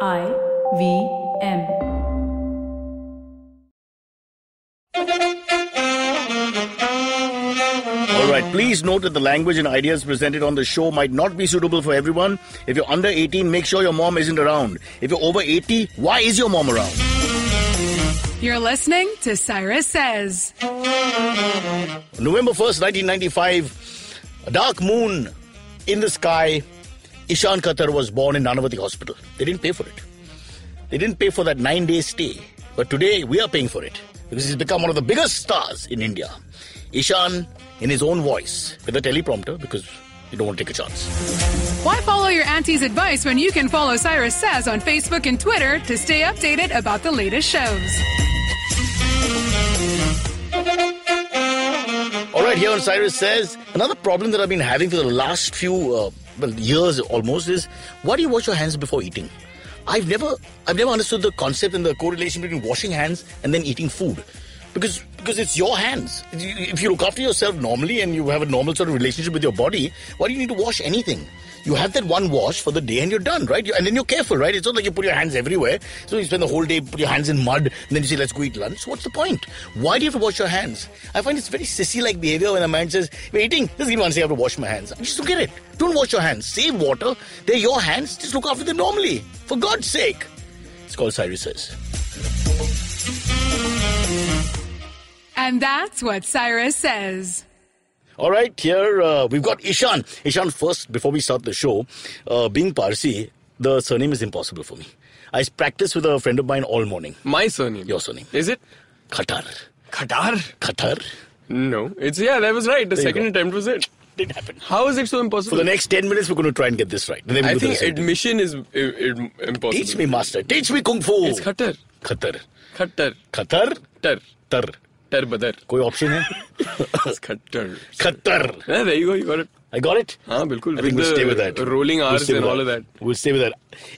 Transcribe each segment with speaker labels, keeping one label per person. Speaker 1: I V M.
Speaker 2: All right, please note that the language and ideas presented on the show might not be suitable for everyone. If you're under 18, make sure your mom isn't around. If you're over 80, why is your mom around?
Speaker 3: You're listening to Cyrus Says.
Speaker 2: November 1st, 1995, a dark moon in the sky. Ishan Khatar was born in Nanavati Hospital. They didn't pay for it. They didn't pay for that nine day stay. But today, we are paying for it because he's become one of the biggest stars in India. Ishan, in his own voice, with a teleprompter because you don't want to take a chance.
Speaker 3: Why follow your auntie's advice when you can follow Cyrus Says on Facebook and Twitter to stay updated about the latest shows?
Speaker 2: All right, here on Cyrus Says, another problem that I've been having for the last few uh, well, years almost is why do you wash your hands before eating? I've never, I've never understood the concept and the correlation between washing hands and then eating food, because because it's your hands. You- If you look after yourself normally and you have a normal sort of relationship with your body, why do you need to wash anything? You have that one wash for the day and you're done, right? You- And then you're careful, right? It's not like you put your hands everywhere. So you spend the whole day put your hands in mud and then you say let's go eat lunch. What's the point? Why do you have to wash your hands? I find it's very sissy-like behavior when a man says we're eating. Just give me one second, I have to wash my hands. I just don't get it. Don't wash your hands. Save water. They're your hands. Just look after them normally. For God's sake. It's called Cyrus says.
Speaker 3: And that's what Cyrus Says.
Speaker 2: All right, here uh, we've got Ishan. Ishan, first, before we start the show, uh, being Parsi, the surname is impossible for me. I practiced with a friend of mine all morning.
Speaker 4: My surname.
Speaker 2: Your surname.
Speaker 4: Is it?
Speaker 2: Qatar.
Speaker 4: Qatar?
Speaker 2: Qatar.
Speaker 4: No. It's, yeah, that was right. The
Speaker 2: you
Speaker 4: second
Speaker 2: go.
Speaker 4: attempt was it.
Speaker 2: Didn't happen.
Speaker 4: How is it so
Speaker 2: For
Speaker 4: impossible?
Speaker 2: the next 10 minutes, we're going to try and get this right. Then we'll
Speaker 4: I
Speaker 2: do the
Speaker 4: think
Speaker 2: second.
Speaker 4: admission is i- i- impossible.
Speaker 2: Teach me, master. Teach me Kung Fu.
Speaker 4: It's Qatar.
Speaker 2: Qatar.
Speaker 4: Qatar.
Speaker 2: Qatar.
Speaker 4: Tar.
Speaker 2: Tar.
Speaker 4: Tar badar.
Speaker 2: कोई option है
Speaker 4: It's Qatar.
Speaker 2: खतर
Speaker 4: Yeah, there you go. You got it.
Speaker 2: I got it
Speaker 4: हाँ, बिल्कुल.
Speaker 2: I think
Speaker 4: With
Speaker 2: we'll
Speaker 4: the
Speaker 2: stay with that.
Speaker 4: rolling
Speaker 2: We'll
Speaker 4: Rs
Speaker 2: stay with
Speaker 4: and all of that.
Speaker 2: We'll stay with that.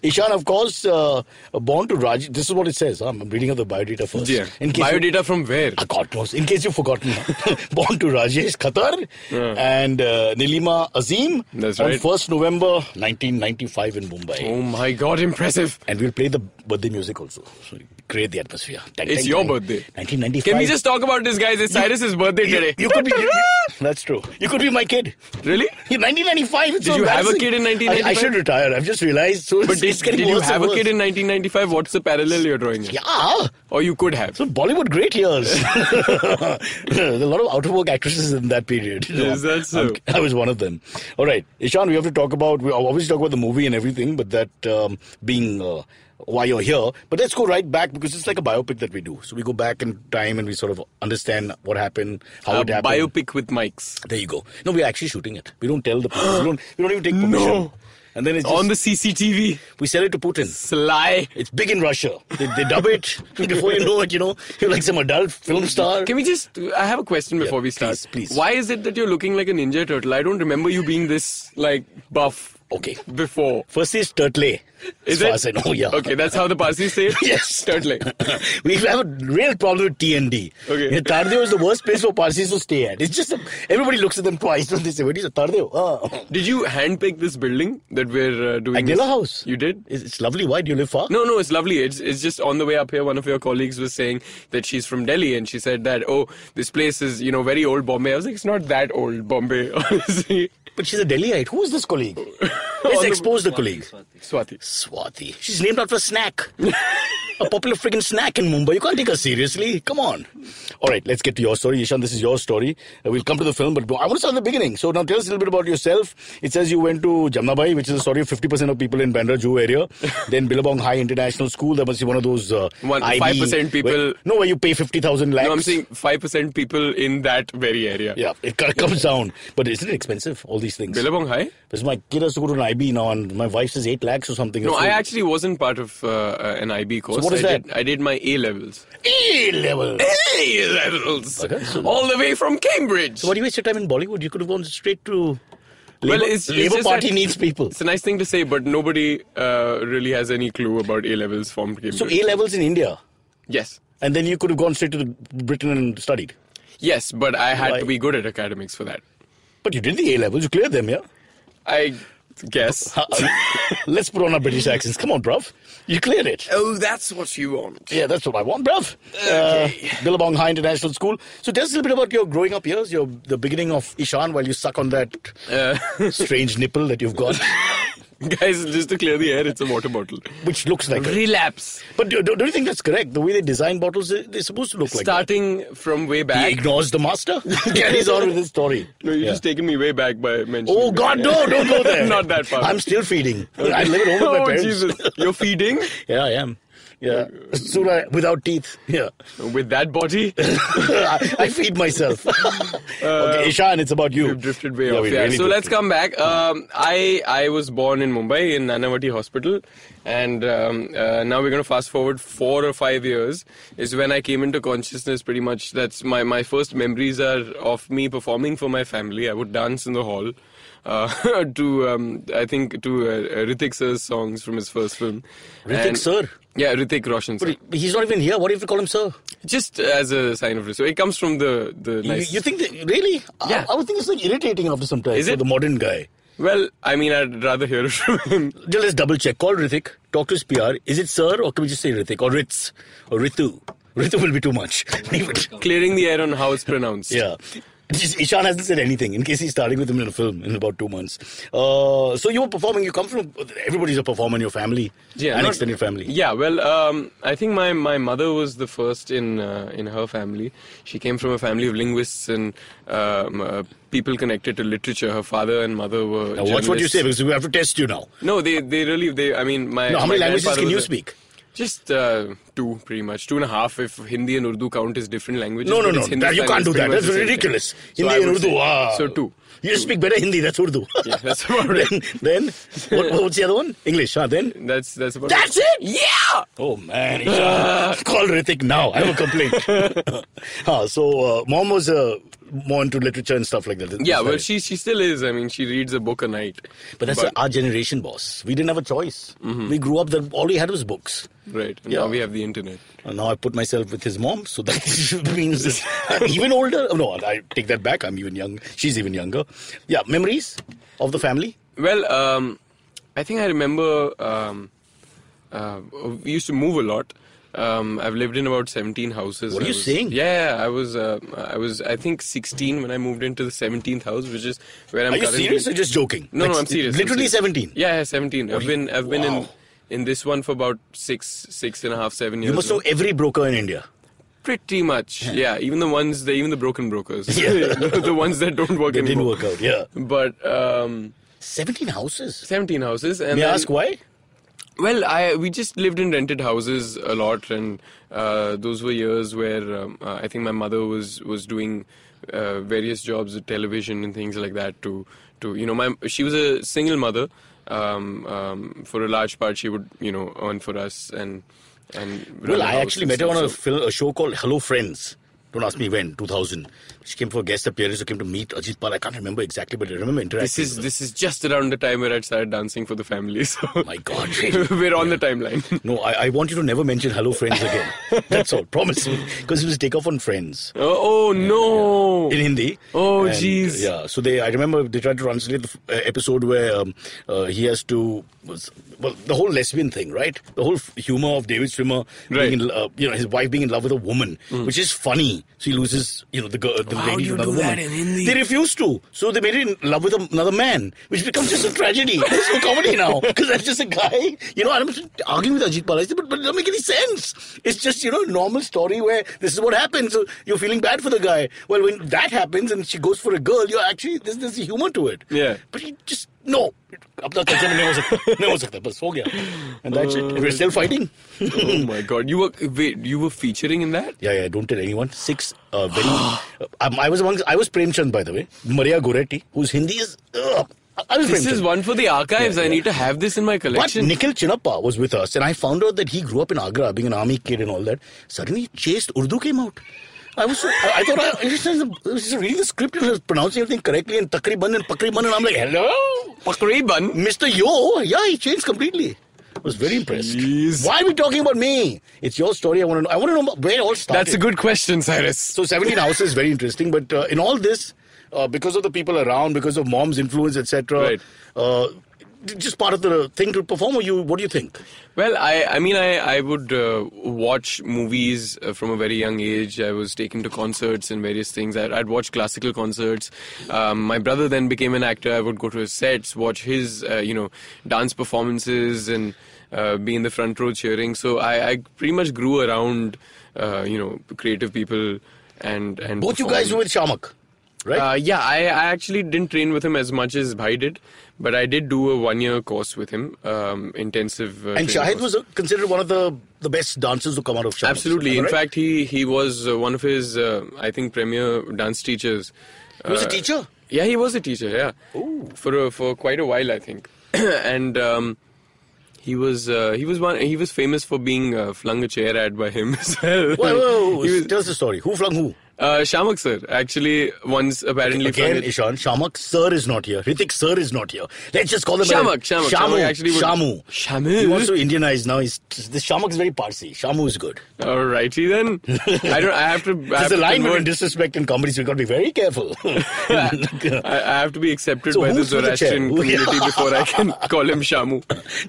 Speaker 2: Ishan, of course, uh, born to Raj. This is what it says. huh? I'm reading out the biodata first.
Speaker 4: Yeah.
Speaker 2: In case you-
Speaker 4: Biodata from where?
Speaker 2: Ah, God knows. In case you've forgotten, born to Rajesh Khatar and uh, Nilima Azim
Speaker 4: That's
Speaker 2: on
Speaker 4: right.
Speaker 2: 1st November 1995 in Mumbai.
Speaker 4: Oh my god, impressive.
Speaker 2: And we'll play the birthday music also. So create the atmosphere. Tang,
Speaker 4: It's
Speaker 2: tang,
Speaker 4: your
Speaker 2: tang.
Speaker 4: birthday.
Speaker 2: 1995.
Speaker 4: Can we just talk about this, guys? It's Cyrus's birthday
Speaker 2: You,
Speaker 4: today.
Speaker 2: you could be. you- you- that's true. You could be my kid.
Speaker 4: Really?
Speaker 2: In 1995. It's
Speaker 4: Did
Speaker 2: so
Speaker 4: you have a
Speaker 2: embarrassing.
Speaker 4: kid in
Speaker 2: I- I,
Speaker 4: 1995?
Speaker 2: should retire. I've just realized. So
Speaker 4: But
Speaker 2: it's,
Speaker 4: did,
Speaker 2: it's getting
Speaker 4: did you
Speaker 2: worse and
Speaker 4: have a kid
Speaker 2: worse.
Speaker 4: in 1995? What's the parallel you're drawing? here?
Speaker 2: Yeah.
Speaker 4: Or you could have.
Speaker 2: So Bollywood great years. There's a lot of out of work actresses in that period.
Speaker 4: Is that so?
Speaker 2: I'm- i was one of them. All right, Ishan, we have to talk about. We obviously talk about the movie and everything, but that um, being uh, why you're here. But let's go right back because it's like a biopic that we do. So we go back in time and we sort of understand what happened, how
Speaker 4: a
Speaker 2: it happened.
Speaker 4: biopic with mics.
Speaker 2: There you go. No, we're actually shooting it. We don't tell the people. we don't. We don't even take permission.
Speaker 4: No.
Speaker 2: And then it's
Speaker 4: On the
Speaker 2: just-
Speaker 4: CCTV.
Speaker 2: we sell it to Putin.
Speaker 4: Sly.
Speaker 2: It's big in Russia. They, they dub it before you know it. You know, you're like some adult film star.
Speaker 4: Can we just? I have a question before we start.
Speaker 2: please, please.
Speaker 4: Why is it that you're looking like a ninja turtle? I don't remember you being this like buff.
Speaker 2: Okay.
Speaker 4: Before.
Speaker 2: First is turtle. as
Speaker 4: Is
Speaker 2: far
Speaker 4: it?
Speaker 2: as I know, yeah.
Speaker 4: Okay, that's how the Parsis say it.
Speaker 2: Yes.
Speaker 4: Turtle.
Speaker 2: we have a real problem with TND.
Speaker 4: Okay.
Speaker 2: Yeah, Tardeo is the worst place for Parsis to stay at. It's just everybody looks at them twice when they say, "What is a Tardeo?" Ah.
Speaker 4: Did you handpick this building that we're uh, doing?
Speaker 2: Agnella
Speaker 4: this?
Speaker 2: House.
Speaker 4: You did.
Speaker 2: It's, it's lovely. Why do you live far?
Speaker 4: No, no, it's lovely. It's it's just on the way up here. One of your colleagues was saying that she's from Delhi, and she said that oh, this place is you know very old Bombay. I was like, it's not that old Bombay, honestly.
Speaker 2: But she's a Delhiite. Who is this colleague? Let's expose the colleague.
Speaker 4: Swati.
Speaker 2: Swati. She's named after a snack. a popular freaking snack in Mumbai. You can't take her seriously. Come on. All right, let's get to your story. Ishan, this is your story. Uh, we'll come to the film, but I want to start at the beginning. So now tell us a little bit about yourself. It says you went to Jamnabai, which is the story of 50% of people in Bandra Juhu area. then Billabong High International School. That must be one of those. Uh,
Speaker 4: One-
Speaker 2: IB
Speaker 4: 5% people-
Speaker 2: where- no, where you pay 50,000 lakhs.
Speaker 4: No, I'm saying five percent people in that very area.
Speaker 2: Yeah, it kind of comes down. But isn't it expensive, all these things?
Speaker 4: Billabong High.
Speaker 2: Because my kid has to go to an IB now, and my wife says 8 lakhs or something.
Speaker 4: No,
Speaker 2: So-
Speaker 4: I actually wasn't part of uh, uh, an IB course.
Speaker 2: what is
Speaker 4: I
Speaker 2: that?
Speaker 4: Did, I did my A levels.
Speaker 2: A level.
Speaker 4: A levels,
Speaker 2: Okay, so-
Speaker 4: all the way from Cambridge.
Speaker 2: So why do you waste your time in Bollywood? You could have gone straight to
Speaker 4: well,
Speaker 2: Labour,
Speaker 4: it's, it's
Speaker 2: Labour
Speaker 4: just
Speaker 2: Party
Speaker 4: that-
Speaker 2: needs people.
Speaker 4: It's a nice thing to say, but nobody uh, really has any clue about A levels from Cambridge.
Speaker 2: So A levels in India,
Speaker 4: yes.
Speaker 2: and then you could have gone straight to the Britain and studied.
Speaker 4: Yes, but I had
Speaker 2: Why?
Speaker 4: to be good at academics for that.
Speaker 2: But you did the A levels. You cleared them, yeah.
Speaker 4: I guess.
Speaker 2: Let's put on our British accents. Come on, bruv. You cleared it.
Speaker 4: oh, that's what you want.
Speaker 2: Yeah, that's what I want, bruv. Uh, Billabong High International School. So tell us a little bit about your growing up years, your the beginning of Ishan while you suck on that
Speaker 4: Uh.
Speaker 2: strange nipple that you've got,
Speaker 4: Guys, just to clear the air, it's a water bottle.
Speaker 2: which looks like it.
Speaker 4: Relapse.
Speaker 2: But do, do, do you think that's correct? The way they design bottles, they- they're supposed to look like that.
Speaker 4: Starting from way
Speaker 2: He
Speaker 4: back.
Speaker 2: ignores the master, carries on with his story.
Speaker 4: No, you're
Speaker 2: Yeah.
Speaker 4: just taking me way back by mentioning.
Speaker 2: Oh God, no! Don't go there.
Speaker 4: Not that far.
Speaker 2: I'm still feeding. I live at home with my
Speaker 4: oh,
Speaker 2: parents.
Speaker 4: Jesus. You're feeding
Speaker 2: Yeah, I am. Yeah, soon I, without teeth. Yeah,
Speaker 4: with that body?
Speaker 2: I, I feed myself. okay, Ishan, it's about you.
Speaker 4: Uh, We've drifted way
Speaker 2: Yeah,
Speaker 4: off.
Speaker 2: we
Speaker 4: yeah.
Speaker 2: really
Speaker 4: so let's
Speaker 2: drifted.
Speaker 4: come back. Um, I I was born in Mumbai in Nanavati Hospital, and um, uh, now we're going to fast forward four or five years. Is when I came into consciousness. Pretty much, that's my my first memories are of me performing for my family. I would dance in the hall. Uh, to um, I think to uh, Ritik sir's songs from his first film.
Speaker 2: Ritik
Speaker 4: And-
Speaker 2: sir?
Speaker 4: Yeah, Ritik Roshan sir.
Speaker 2: But he's not even here. What if we call him sir?
Speaker 4: Just as a sign of respect. It comes from the the
Speaker 2: You-
Speaker 4: nice.
Speaker 2: You, think that really?
Speaker 4: Yeah.
Speaker 2: I, I would think it's like irritating after some time
Speaker 4: Is
Speaker 2: for
Speaker 4: it?
Speaker 2: the modern guy.
Speaker 4: well, I mean, I'd rather hear it from him.
Speaker 2: Just let's double check. Call Rithik. Talk to his PR. Is it sir or can we just say Rithik or Ritz or Ritu? Ritu will be too much. Leave it.
Speaker 4: clearing the air on how it's pronounced.
Speaker 2: Yeah. Just- Ishan hasn't said anything in case he's starting with him in a film in about two months. Uh, so you were performing. You come from everybody's a performer in your family,
Speaker 4: Yeah,
Speaker 2: an
Speaker 4: not-
Speaker 2: extended family.
Speaker 4: Yeah, well, um, I think my, my mother was the first in uh, in her family. She came from a family of linguists and um, uh, people connected to literature. Her father and mother were.
Speaker 2: Now watch what you
Speaker 4: journalists.
Speaker 2: say because we have to test you now.
Speaker 4: No, they they really they. I mean, my.
Speaker 2: No, how
Speaker 4: my
Speaker 2: many languages
Speaker 4: grandfather
Speaker 2: can you
Speaker 4: was a-
Speaker 2: speak?
Speaker 4: Just uh, two, pretty much two and a half. If Hindi and Urdu count as different languages.
Speaker 2: No, no,
Speaker 4: but
Speaker 2: no.
Speaker 4: it's
Speaker 2: That,
Speaker 4: Hindustan
Speaker 2: you can't
Speaker 4: is
Speaker 2: do
Speaker 4: pretty
Speaker 2: that.
Speaker 4: much
Speaker 2: That's
Speaker 4: the same thing.
Speaker 2: ridiculous.
Speaker 4: So I
Speaker 2: Hindi and
Speaker 4: would
Speaker 2: Urdu.
Speaker 4: say-
Speaker 2: ah.
Speaker 4: So two.
Speaker 2: You speak better Hindi. That's Urdu.
Speaker 4: Yeah, that's about it.
Speaker 2: then, then what, what's the other one? English. Huh? Then
Speaker 4: That's that's about.
Speaker 2: that's
Speaker 4: it.
Speaker 2: it.
Speaker 4: Yeah.
Speaker 2: Oh man, Ishan. call Ritik now. I have a complaint. ah, so uh, mom was uh, more into literature and stuff like that.
Speaker 4: Yeah,
Speaker 2: That's
Speaker 4: well,
Speaker 2: right.
Speaker 4: she she still is. I mean, she reads a book a night.
Speaker 2: But that's our generation, boss. We didn't have a choice.
Speaker 4: Mm-hmm.
Speaker 2: We grew up that all we had was books.
Speaker 4: right.
Speaker 2: Yeah.
Speaker 4: Now we have the internet.
Speaker 2: And now I put myself with his mom, so that means that I'm even older. Oh, No, I take that back. I'm even young. She's even younger. Yeah, memories of the family.
Speaker 4: Well, um, I think I remember um, uh, we used to move a lot. Um, I've lived in about 17 houses.
Speaker 2: What are
Speaker 4: I
Speaker 2: you
Speaker 4: was-
Speaker 2: saying?
Speaker 4: Yeah, yeah, I was, uh, I was, I think 16 when I moved into the 17th house, which is where I'm.
Speaker 2: Are you
Speaker 4: currently-
Speaker 2: serious or just joking?
Speaker 4: No, no,
Speaker 2: Like,
Speaker 4: I'm serious. I'm
Speaker 2: Literally
Speaker 4: serious.
Speaker 2: 17.
Speaker 4: Yeah, yeah, 17. I've
Speaker 2: you-
Speaker 4: been, I've been
Speaker 2: wow.
Speaker 4: in, in this one for about six, six and a half, seven years.
Speaker 2: You must
Speaker 4: now.
Speaker 2: know every broker in India.
Speaker 4: Pretty much, yeah. Even the ones, the, even the broken brokers,
Speaker 2: Yeah.
Speaker 4: the, the ones that don't work
Speaker 2: They didn't
Speaker 4: anymore.
Speaker 2: work out. Yeah,
Speaker 4: But um,
Speaker 2: 17 houses.
Speaker 4: 17 houses, and
Speaker 2: May
Speaker 4: then-
Speaker 2: I ask why?
Speaker 4: Well, I we just lived in rented houses a lot, and uh, those were years where um, uh, I think my mother was was doing uh, various jobs at television and things like that. To to you know, my she was a single mother. Um, um, for a large part, she would you know earn for us and and.
Speaker 2: Well,
Speaker 4: run the
Speaker 2: I
Speaker 4: house
Speaker 2: actually
Speaker 4: and
Speaker 2: met her on
Speaker 4: stuff,
Speaker 2: a,
Speaker 4: so-
Speaker 2: fil- a show called Hello Friends. Don't ask me when, 2000. She came for a guest appearance. She came to meet Ajit Pal. I can't remember exactly, but I remember interacting.
Speaker 4: This is this is just around the time where I started dancing for the family. So
Speaker 2: My God, really?
Speaker 4: we're on the timeline.
Speaker 2: No, I, I want you to never mention Hello Friends again. That's all. Promise me. Because it was take off on Friends
Speaker 4: Oh, oh, no!
Speaker 2: in Hindi.
Speaker 4: Oh,
Speaker 2: And,
Speaker 4: jeez.
Speaker 2: Yeah. So they, I remember they tried to translate the f- uh, episode where um, uh, he has to, well, the whole lesbian thing, right? The whole f- humor of David Swimmer,
Speaker 4: Right.
Speaker 2: being in, lo- uh, you know, his wife being in love with a woman, which is funny. So he loses, you know, the girl, the
Speaker 4: How
Speaker 2: lady
Speaker 4: do
Speaker 2: to
Speaker 4: Hmm.
Speaker 2: another
Speaker 4: you do
Speaker 2: woman.
Speaker 4: that in Hindi?
Speaker 2: They refuse to. So they made it in love with a- another man, which becomes just a tragedy. There's no comedy now because that's just a guy. You know, I'm just arguing with Ajit Pal. I said, but, but it doesn't make any sense. It's just, you know, a normal story where this is what happens. So you're feeling bad for the guy. Well, when that happens and she goes for a girl, you're actually, there's, there's a humor to it.
Speaker 4: Yeah.
Speaker 2: But you just, no. अपना culture में नहीं हो सकता नहीं हो सकता बस हो गया and that's it we're still fighting
Speaker 4: oh my god! You were wait, you were featuring in that?
Speaker 2: Yeah, yeah, don't tell anyone. Six uh, very. um, I was amongst. I was Premchand, by the way. Maria Goretti, whose Hindi is. Ugh, I was
Speaker 4: This
Speaker 2: Premchand.
Speaker 4: is one for the archives.
Speaker 2: Yeah,
Speaker 4: I
Speaker 2: yeah.
Speaker 4: need to have this in my
Speaker 2: but
Speaker 4: collection.
Speaker 2: Nikhil Chinappa was with us, and I found out that he grew up in Agra, being an army kid and all that. Suddenly, chased Urdu came out. I was so, I, I thought I, I was just- I was just reading the script and I was pronouncing everything correctly and takriban and pakriban and I'm like, hello,
Speaker 4: Pakriban.
Speaker 2: Mr. Yo, yeah, he changed completely. I was very impressed.
Speaker 4: Jeez.
Speaker 2: Why are we talking about me? It's your story. I want to know. I want to know where it all started.
Speaker 4: That's a good question, Cyrus.
Speaker 2: So 17 houses is very interesting, but uh, in all this, uh, because of the people around, because of mom's influence, etc.,
Speaker 4: Right.
Speaker 2: uh, just part of the thing to perform, or you? What do you think?
Speaker 4: Well, I, I mean, I, I would uh, watch movies uh, from a very young age. I was taken to concerts and various things. I, I'd watch classical concerts. Um, my brother then became an actor. I would go to his sets, watch his, uh, you know, dance performances and uh, be in the front row cheering. So I, I pretty much grew around, uh, you know, creative people and and.
Speaker 2: Both you guys
Speaker 4: performing.
Speaker 2: were with Shamak, right?
Speaker 4: Uh, yeah, I, I actually didn't train with him as much as Bhai did, but I did do a one-year course with him, um, intensive. Uh,
Speaker 2: and
Speaker 4: training
Speaker 2: Shahid
Speaker 4: course.
Speaker 2: was uh, considered one of the the best dancers to come out of Shamak.
Speaker 4: Absolutely. In
Speaker 2: Right?
Speaker 4: fact, he he was uh, one of his, uh, I think, premier dance teachers.
Speaker 2: he was a teacher.
Speaker 4: Yeah, uh, he was a teacher. Yeah, for a, for quite a while, I think, and. Um, he was uh, he was one he was famous for being uh, flung a chair at by him as
Speaker 2: Whoa,
Speaker 4: well.
Speaker 2: whoa, whoa.
Speaker 4: He was-
Speaker 2: Tell us the story. Who flung who?
Speaker 4: uh, Shamak sir actually once apparently flung
Speaker 2: Again,
Speaker 4: a-
Speaker 2: Ishan, Shamak sir is not here. Hrithik sir is not here. Let's just call them
Speaker 4: Shamak, Shamak,
Speaker 2: Shamu,
Speaker 4: Shamak actually would-
Speaker 2: Shamu.
Speaker 4: Shamu.
Speaker 2: He wants to Indianize now. He's, this Shamak is very Parsi. Shamu is good.
Speaker 4: Alrighty then. I don't. I have to. I have
Speaker 2: There's a
Speaker 4: to
Speaker 2: line between
Speaker 4: convert-
Speaker 2: disrespect and comedy, so we've got to be very careful.
Speaker 4: I, I have to be accepted
Speaker 2: uh, So
Speaker 4: by the
Speaker 2: who's with the chair?
Speaker 4: Zoroastrian
Speaker 2: Who-
Speaker 4: community before I can call him Shamu.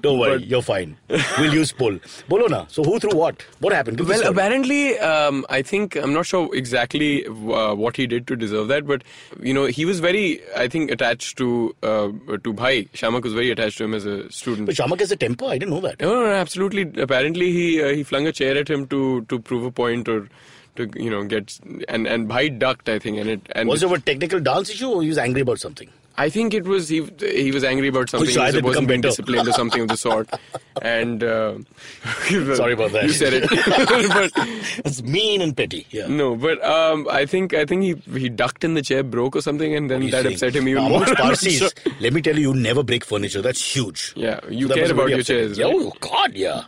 Speaker 2: Don't worry,
Speaker 4: But-
Speaker 2: you're fine. We'll use pull. Bolo na. So who threw what? What happened? Give the
Speaker 4: Well,
Speaker 2: story.
Speaker 4: apparently, um, I think I'm not sure exactly uh, what he did to deserve that, but you know, he was very, I think, attached to uh, to Bhai. Shamak was very attached to him as a student.
Speaker 2: But Shamak has a temper. I didn't know that.
Speaker 4: No, no, no, absolutely. Apparently, he uh, he flung a chair at him to to prove a point or to you know get and and Bhai ducked, I think, and it and
Speaker 2: Was there a technical dance issue, or he was angry about something?
Speaker 4: I think it was he. He was angry about something.
Speaker 2: so
Speaker 4: he
Speaker 2: either become
Speaker 4: wasn't being
Speaker 2: better.
Speaker 4: disciplined or something of the sort. And uh,
Speaker 2: Sorry about that.
Speaker 4: You said it, but
Speaker 2: It's mean and petty. Yeah.
Speaker 4: no. But um, I think I think he he ducked in the chair, broke or something, and then
Speaker 2: He's
Speaker 4: that
Speaker 2: saying,
Speaker 4: upset him even more.
Speaker 2: amongst
Speaker 4: I'm not
Speaker 2: Parsis,
Speaker 4: sure.
Speaker 2: let me tell you, you never break furniture. That's huge.
Speaker 4: Yeah, you
Speaker 2: that
Speaker 4: care
Speaker 2: must be
Speaker 4: about
Speaker 2: very
Speaker 4: your
Speaker 2: upsetting.
Speaker 4: chairs,
Speaker 2: Yeah,
Speaker 4: right?
Speaker 2: Oh, God, yeah.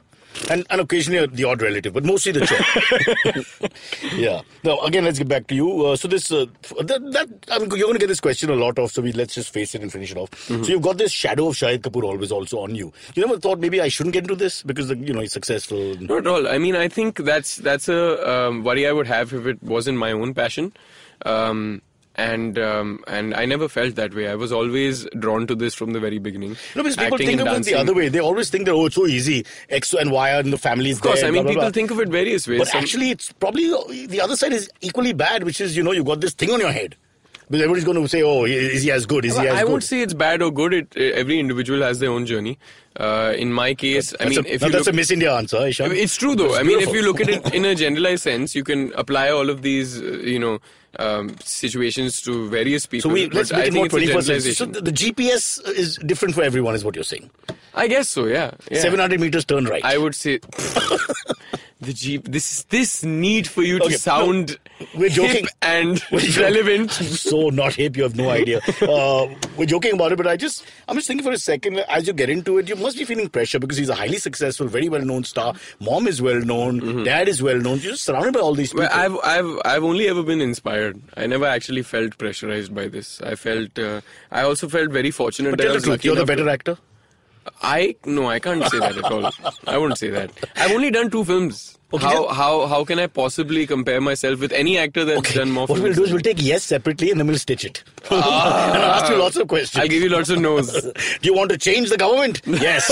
Speaker 2: And, and occasionally uh, the odd relative, but mostly the chair. yeah. Now, again, let's get back to you. Uh, so this, uh, that, that I mean, you're going to get this question a lot of. So we let's just face it and finish it off.
Speaker 4: Mm-hmm.
Speaker 2: So you've got this shadow of Shahid Kapoor always also on you. You never thought maybe I shouldn't get into this because the, you know he's successful.
Speaker 4: Not at all. I mean, I think that's that's a um, worry I would have if it wasn't my own passion, um, and um, and I never felt that way. I was always drawn to this from the very beginning.
Speaker 2: No, because people
Speaker 4: Acting
Speaker 2: think
Speaker 4: and
Speaker 2: about it the
Speaker 4: dancing.
Speaker 2: other way. They always think that oh, it's so easy. X and Y and the family is
Speaker 4: Of course,
Speaker 2: there.
Speaker 4: I mean,
Speaker 2: blah, blah,
Speaker 4: people
Speaker 2: blah.
Speaker 4: think of it various ways.
Speaker 2: But
Speaker 4: Some-
Speaker 2: actually, it's probably uh, the other side is equally bad, which is you know you got this thing on your head. Because everybody's going to say, "Oh, is he as good? Is he
Speaker 4: Well,
Speaker 2: as
Speaker 4: I
Speaker 2: good?"
Speaker 4: won't say it's bad or good. It, every individual has their own journey. Uh, in my case, I
Speaker 2: That's
Speaker 4: mean,
Speaker 2: a,
Speaker 4: if
Speaker 2: now
Speaker 4: you
Speaker 2: that's
Speaker 4: look,
Speaker 2: a Miss India answer,
Speaker 4: I
Speaker 2: Ishan.
Speaker 4: mean, it's true though. I mean, if you
Speaker 2: beautiful.
Speaker 4: look at it in a generalized sense, you can apply all of these, uh, you know, um, situations to various
Speaker 2: so
Speaker 4: people.
Speaker 2: we let's
Speaker 4: but
Speaker 2: make
Speaker 4: I
Speaker 2: it
Speaker 4: think
Speaker 2: more
Speaker 4: it's a
Speaker 2: 21st century. So
Speaker 4: generalization.
Speaker 2: the, the GPS is different for everyone, is what you're saying.
Speaker 4: I guess so. Yeah. yeah.
Speaker 2: 700 meters turn right.
Speaker 4: I would say the Jeep. This this need for you
Speaker 2: Okay,
Speaker 4: to
Speaker 2: no,
Speaker 4: sound
Speaker 2: we're joking.
Speaker 4: hip and
Speaker 2: We're joking.
Speaker 4: relevant.
Speaker 2: so not hip. You have no idea. Uh, we're joking about it, but I just I'm just thinking for a second. As you get into it, you must be feeling pressure because he's a highly successful, very well-known star. Mom is well-known. Dad is well-known. You're just surrounded by all these people.
Speaker 4: Mm-hmm. Well, I've I've I've only ever been inspired. I never actually felt pressurized by this. I felt uh, I also felt very fortunate.
Speaker 2: but
Speaker 4: that I
Speaker 2: tell the
Speaker 4: was
Speaker 2: truth,
Speaker 4: lucky
Speaker 2: you're the
Speaker 4: enough
Speaker 2: better
Speaker 4: to-
Speaker 2: actor.
Speaker 4: I no, I can't say that at all. I won't say that. I've only done two films.
Speaker 2: Okay,
Speaker 4: how
Speaker 2: then-
Speaker 4: how how can I possibly compare myself with any actor that's
Speaker 2: Okay.
Speaker 4: done more?
Speaker 2: what we'll
Speaker 4: films Ah.
Speaker 2: do is
Speaker 4: than-
Speaker 2: we'll take yes separately and then we'll stitch it. and I'll ask you lots of questions.
Speaker 4: I'll give you lots of no's.
Speaker 2: do you want to change the government? Yes.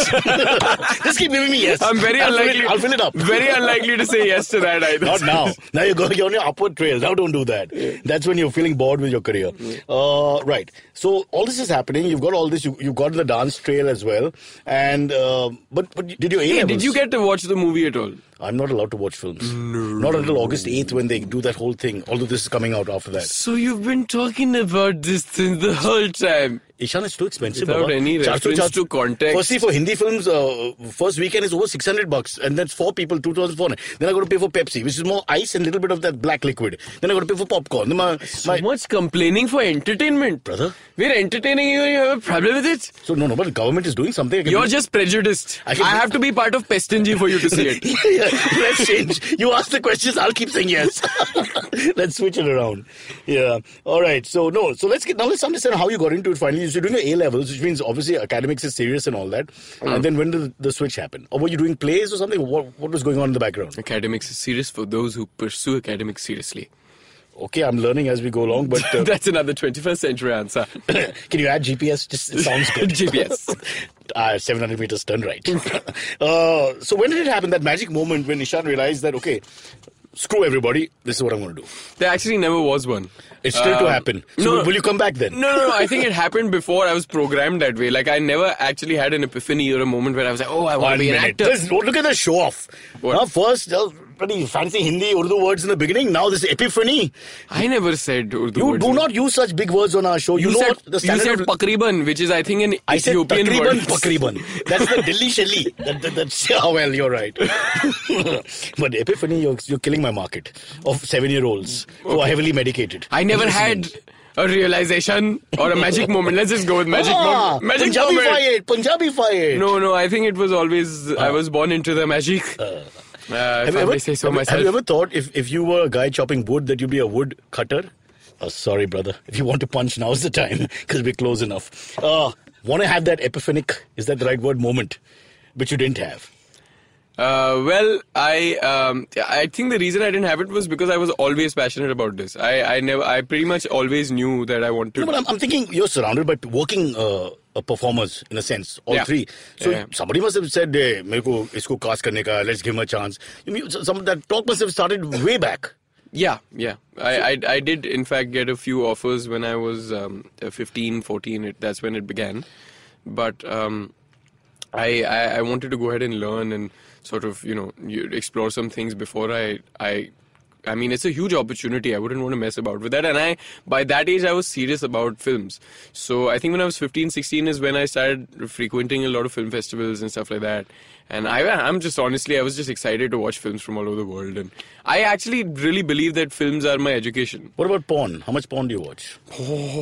Speaker 2: Just keep giving me yes.
Speaker 4: I'm very
Speaker 2: I'll fill it-
Speaker 4: unlikely.
Speaker 2: I'll fill it up.
Speaker 4: Very unlikely to say yes to that either.
Speaker 2: Not now. Now you're going you're on your upward trail. Now don't do that. That's when you're feeling bored with your career. Uh, right. So all this is happening. You've got all this. You, you've got the dance trail as well. And uh, but but did you?
Speaker 4: Hey, did you get to watch the movie at all?
Speaker 2: I'm not allowed to watch films. Not until August 8th when they do that whole thing. Although this is coming out after that.
Speaker 4: So you've been talking about this thing the whole time.
Speaker 2: Ishan is too expensive.
Speaker 4: Without
Speaker 2: Baba.
Speaker 4: any
Speaker 2: 400,
Speaker 4: reference
Speaker 2: 400.
Speaker 4: to context.
Speaker 2: Firstly, for Hindi films, uh, first weekend is over 600 bucks, and that's four people, 2,400. Then I got to pay for Pepsi, which is more ice and little bit of that black liquid. Then I got to pay for popcorn. Then my,
Speaker 4: So
Speaker 2: my,
Speaker 4: much complaining for entertainment,
Speaker 2: Brother.
Speaker 4: We're entertaining you. and You have a problem with it?
Speaker 2: so no, no, but the government is doing something. I can
Speaker 4: You're
Speaker 2: do-
Speaker 4: just prejudiced.
Speaker 2: I
Speaker 4: I,
Speaker 2: can-
Speaker 4: have to be part of Pestinji for you to see it.
Speaker 2: Yeah, Let's change. You ask the questions, I'll keep saying yes. let's switch it around. Yeah. All right. So no. So let's get now. Let's understand how you got into it. Finally, so you're doing your A levels, which means obviously academics is serious and all that.
Speaker 4: Mm.
Speaker 2: And then when did the switch happen? Or were you doing plays or something? What What was going on in the background?
Speaker 4: Academics is serious for those who pursue academics seriously.
Speaker 2: Okay, I'm learning as we go along, but uh,
Speaker 4: That's another 21st century answer.
Speaker 2: can you add GPS? Just it sounds good.
Speaker 4: GPS.
Speaker 2: uh, 700 meters turn right. uh, so when did it happen? That magic moment when Ishan realized that okay, screw everybody. This is what I'm going to do.
Speaker 4: There actually never was one.
Speaker 2: It's still to happen. So
Speaker 4: Uh, no.
Speaker 2: will you come back then?
Speaker 4: No, no, no. I think it happened before I was programmed that way. Like I never actually had an epiphany or a moment where I was like, "Oh, I want
Speaker 2: One
Speaker 4: to be an
Speaker 2: minute.
Speaker 4: actor."
Speaker 2: Just look at the show off.
Speaker 4: What?
Speaker 2: Now first, uh, pretty fancy Hindi Urdu words in the beginning. Now this epiphany.
Speaker 4: I never said Urdu
Speaker 2: You
Speaker 4: words.
Speaker 2: do not use such big words on our show. You,
Speaker 4: You,
Speaker 2: know
Speaker 4: said
Speaker 2: what the
Speaker 4: you
Speaker 2: standard
Speaker 4: said
Speaker 2: of-
Speaker 4: pakriban, which is I think an
Speaker 2: I said
Speaker 4: Ethiopian
Speaker 2: takriban,
Speaker 4: word.
Speaker 2: takriban. That's the Delhi shelly. That, that, that's yeah, well, you're right. but epiphany, you're, you're killing my market of seven-year-olds who are heavily medicated.
Speaker 4: I never
Speaker 2: Listening.
Speaker 4: had a realization or a magic moment. Let's just go with magic
Speaker 2: Ah,
Speaker 4: moment. Magic
Speaker 2: Punjabi
Speaker 4: moment.
Speaker 2: fired, Punjabi fired.
Speaker 4: No, no. I think it was always I was born into the magic. Uh, if
Speaker 2: Ah. Have you,
Speaker 4: I
Speaker 2: ever,
Speaker 4: may say so
Speaker 2: have you-
Speaker 4: myself.
Speaker 2: have you ever thought if, if you were a guy chopping wood that you'd be a wood cutter? Oh, sorry, brother. If you want to punch, now's the time because we're close enough. Uh, want to have that epiphanic, is that the right word, moment, which you didn't have?
Speaker 4: Uh, well, I um, I think the reason I didn't have it was because I was always passionate about this. I, I never I pretty much always knew that I wanted.
Speaker 2: No, but I'm, I'm thinking you're surrounded by working uh, uh, performers in a sense, all
Speaker 4: Yeah.
Speaker 2: three. So
Speaker 4: Yeah.
Speaker 2: somebody must have said, hey, mere ko isko cast karne ka, hai, let's give him a chance. You mean, so- some that talk must have started way back.
Speaker 4: yeah, yeah. I, I I did in fact get a few offers when I was um, 15, 14. It, that's when it began. But um, I, I I wanted to go ahead and learn and sort of you know you explore some things before I I. I mean, it's a huge opportunity. I wouldn't want to mess about with that. And I, by that age, I was serious about films. So I think when I was 15, 16 is when I started frequenting a lot of film festivals and stuff like that. And I, I'm just honestly, I was just excited to watch films from all over the world. And I actually really believe that films are my education.
Speaker 2: What about porn? How much porn do you watch?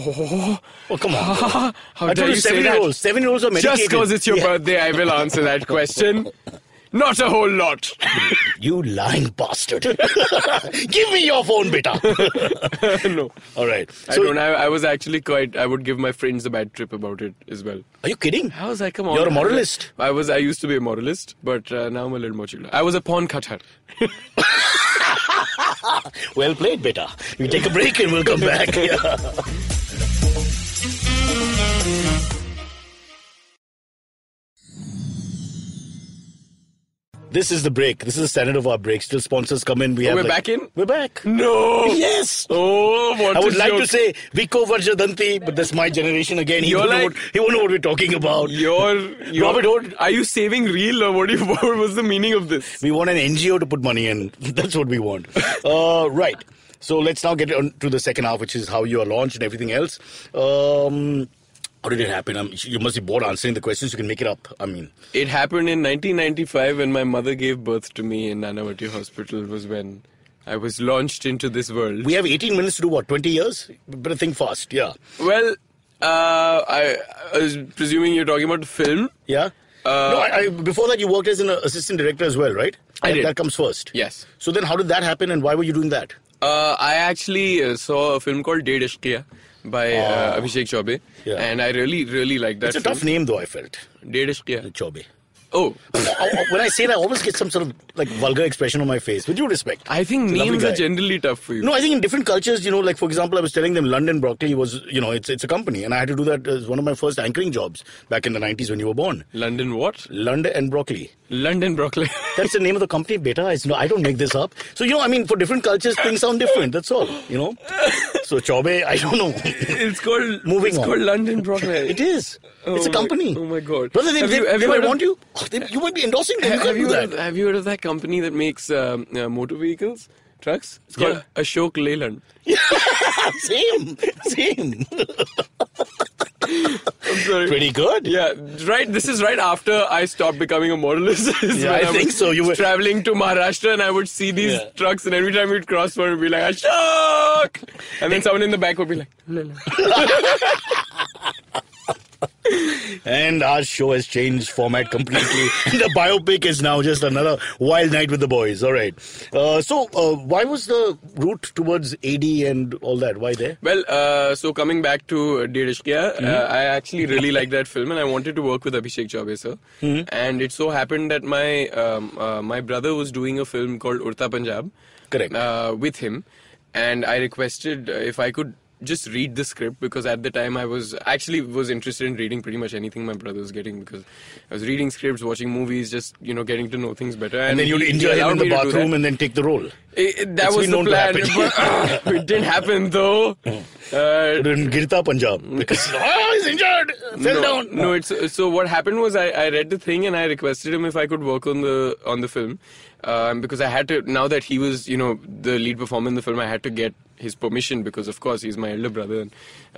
Speaker 2: Oh, come on.
Speaker 4: How
Speaker 2: I
Speaker 4: dare
Speaker 2: told you
Speaker 4: you say
Speaker 2: seven year
Speaker 4: that?
Speaker 2: olds. Seven year olds are medicated.
Speaker 4: Just because it's your
Speaker 2: Yeah.
Speaker 4: birthday, I will answer that question. Not a whole lot.
Speaker 2: You lying bastard. give me your phone, beta.
Speaker 4: no.
Speaker 2: all right.
Speaker 4: I
Speaker 2: So,
Speaker 4: don't. I, I was actually quite. I would give my friends a bad trip about it as well.
Speaker 2: are you kidding?
Speaker 4: How was I? Come on.
Speaker 2: You're a moralist.
Speaker 4: I was. I used to be a moralist, but uh, now I'm a little more chilled. I was a porn cutter.
Speaker 2: Well played, beta. We take a break and we'll come back. Yeah. This is the break. This is the standard of our break. Still, sponsors come in. We have
Speaker 4: Oh, we're
Speaker 2: like-
Speaker 4: back in?
Speaker 2: We're back.
Speaker 4: No.
Speaker 2: Yes.
Speaker 4: Oh, what
Speaker 2: I would
Speaker 4: a
Speaker 2: like
Speaker 4: joke.
Speaker 2: to say Vico Varjadanti, but that's my generation again. He
Speaker 4: You're
Speaker 2: won't, know
Speaker 4: like-
Speaker 2: what, he won't know what we're talking about.
Speaker 4: Your, your
Speaker 2: Robert Hood.
Speaker 4: Are you saving real or what? do you- What was the meaning of this?
Speaker 2: We want an NGO to put money in. That's what we want. uh, right. So let's now get on to the second half, which is how you are launched and everything else. Um, how did it happen? Um you must be bored answering the questions. You can make it up. I mean,
Speaker 4: It happened in 1995 when my mother gave birth to me in Nanavati Hospital. Was when I was launched into this world.
Speaker 2: we have 18 minutes to do what? 20 years? Better think fast. Yeah.
Speaker 4: Well, uh, I, I was presuming you're talking about film.
Speaker 2: Yeah.
Speaker 4: Uh,
Speaker 2: no, I, I, before that, you worked as an uh, assistant director as well, right?
Speaker 4: I
Speaker 2: that,
Speaker 4: did.
Speaker 2: That comes first.
Speaker 4: Yes.
Speaker 2: So then, how did that happen, and why were you doing that?
Speaker 4: Uh, I actually uh, saw a film called Ded Ishqiya by uh, Abhishek Chaubey,
Speaker 2: Oh. Yeah.
Speaker 4: and I really, really liked that.
Speaker 2: It's a
Speaker 4: film.
Speaker 2: tough name, though. I felt
Speaker 4: Ded Ishqiya.
Speaker 2: Chobe.
Speaker 4: Oh,
Speaker 2: when I say that, I always get some sort of like vulgar expression on my face. With due respect,
Speaker 4: I think
Speaker 2: It's a lovely
Speaker 4: names are
Speaker 2: guy.
Speaker 4: generally tough for you.
Speaker 2: No, I think in different cultures, you know, like for example, I was telling them London Broccoli was, you know, it's it's a company, and I had to do that as one of my first anchoring jobs back in the '90s when you were born.
Speaker 4: London what?
Speaker 2: London and Broccoli.
Speaker 4: London Broccoli.
Speaker 2: That's the name of the company, beta. It's no, I don't make this up. So you know, I mean, for different cultures, things sound different. That's all, you know. So Chobe, I don't know.
Speaker 4: it's called
Speaker 2: Moving
Speaker 4: it's
Speaker 2: on.
Speaker 4: called London Broccoli.
Speaker 2: It is.
Speaker 4: Oh
Speaker 2: it's a
Speaker 4: my-
Speaker 2: company.
Speaker 4: oh my God.
Speaker 2: Brother, they,
Speaker 4: Have
Speaker 2: they,
Speaker 4: you- have
Speaker 2: they
Speaker 4: you
Speaker 2: might
Speaker 4: heard of-
Speaker 2: want you. Oh, they- you might be endorsing them. You
Speaker 4: Have,
Speaker 2: can't
Speaker 4: you
Speaker 2: do
Speaker 4: heard
Speaker 2: that.
Speaker 4: of, have you heard of that company that makes um, uh, motor vehicles, trucks? It's called
Speaker 2: Yeah.
Speaker 4: Ashok Leyland.
Speaker 2: Ah, same, same.
Speaker 4: I'm sorry.
Speaker 2: Pretty good.
Speaker 4: Yeah, right. This is right after I stopped becoming a modelist.
Speaker 2: Yeah, I think so. You were-
Speaker 4: traveling to Maharashtra, and I would see these
Speaker 2: Yeah.
Speaker 4: trucks, and every time we'd cross one, it'd be like Ashok, and then someone in the back would be like, "No, no."
Speaker 2: And our show has changed format completely. the biopic is now just another wild night with the boys. All right. Uh, so, uh, why was the route towards AD and all that? Why there?
Speaker 4: Well, uh, so coming back to uh, Dear Ishqiya,
Speaker 2: Hmm.
Speaker 4: uh, I actually really liked that film, and I wanted to work with Abhishek Chaubey sir.
Speaker 2: Hmm.
Speaker 4: And it so happened that my um, uh, my brother was doing a film called Urta Punjab,
Speaker 2: Correct.
Speaker 4: uh, with him. and I requested uh, if I could just read the script because at the time I was actually was interested in reading pretty much anything my brother was getting because I was reading scripts, watching movies, just you know getting to know things better.
Speaker 2: And then you'd
Speaker 4: he- he
Speaker 2: injure him
Speaker 4: allowed
Speaker 2: in the
Speaker 4: me to do that.
Speaker 2: bathroom and then take the role.
Speaker 4: It- it- that
Speaker 2: It's
Speaker 4: was
Speaker 2: been
Speaker 4: the
Speaker 2: known to
Speaker 4: plan.
Speaker 2: happen.
Speaker 4: but, uh, it didn't happen though. Uh,
Speaker 2: In Girta Punjab. Because, oh, he's injured. Fell
Speaker 4: no,
Speaker 2: down.
Speaker 4: No, it's so. What happened was I, I read the thing and I requested him if I could work on the on the film, um, because I had to. Now that he was, you know, the lead performer in the film, I had to get his permission because, of course, he's my elder brother, and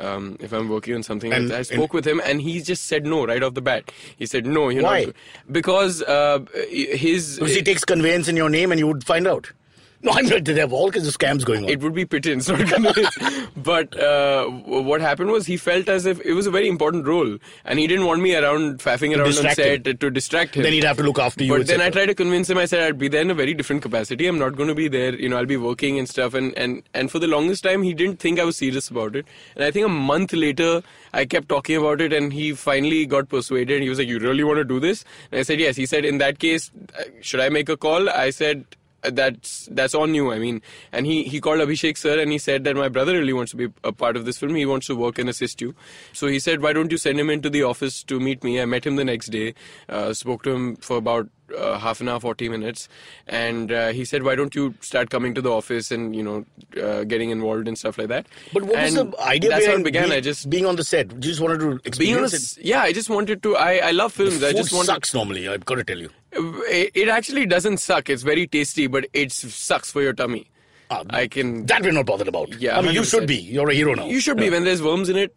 Speaker 4: um, if I'm working on something,
Speaker 2: And-
Speaker 4: I spoke with him and he just said no right off the bat. He said no, you
Speaker 2: Why?
Speaker 4: know, because uh, his
Speaker 2: Because he takes conveyance in your name and you would find out. No, I'm not. There are all kinds of scams going on.
Speaker 4: it would be pittance, not conveyance. but uh, w- what happened was he felt as if it was a very important role, and he didn't want me around faffing around on
Speaker 2: distract him.
Speaker 4: set to distract him.
Speaker 2: then he'd have to look after you.
Speaker 4: But then I
Speaker 2: etc.
Speaker 4: tried to convince him. I said I'd be there in a very different capacity. I'm not going to be there. You know, I'll be working and stuff. And and and for the longest time, he didn't think I was serious about it. And I think a month later, I kept talking about it, and he finally got persuaded. He was like, "You really want to do this?" And I said, "Yes." He said, "In that case, uh, should I make a call?" I said. "Uh, That's that's on you. I mean, and he he called Abhishek sir and he said that my brother really wants to be a part of this film. He wants to work and assist you. So he said, why don't you send him into the office to meet me? I met him the next day, uh, spoke to him for about uh, half an hour, 40 minutes. And uh, he said, why don't you start coming to the office and, you know, uh, getting involved and stuff like that.
Speaker 2: But what was
Speaker 4: And
Speaker 2: the idea
Speaker 4: That's how
Speaker 2: behind
Speaker 4: it began.
Speaker 2: be-
Speaker 4: I just,
Speaker 2: being on the set? You just wanted to
Speaker 4: being
Speaker 2: experience it.
Speaker 4: honest, yeah, I just wanted to, I, I love films. I
Speaker 2: Food
Speaker 4: just wanted,
Speaker 2: sucks normally. I've got to tell you.
Speaker 4: it, it actually doesn't suck. It's very tasty, but it sucks for your tummy.
Speaker 2: Ah,
Speaker 4: I can,
Speaker 2: That we're not bothered about.
Speaker 4: Yeah,
Speaker 2: I mean, you
Speaker 4: 100%.
Speaker 2: should be. You're a hero now.
Speaker 4: you should be when there's worms in it.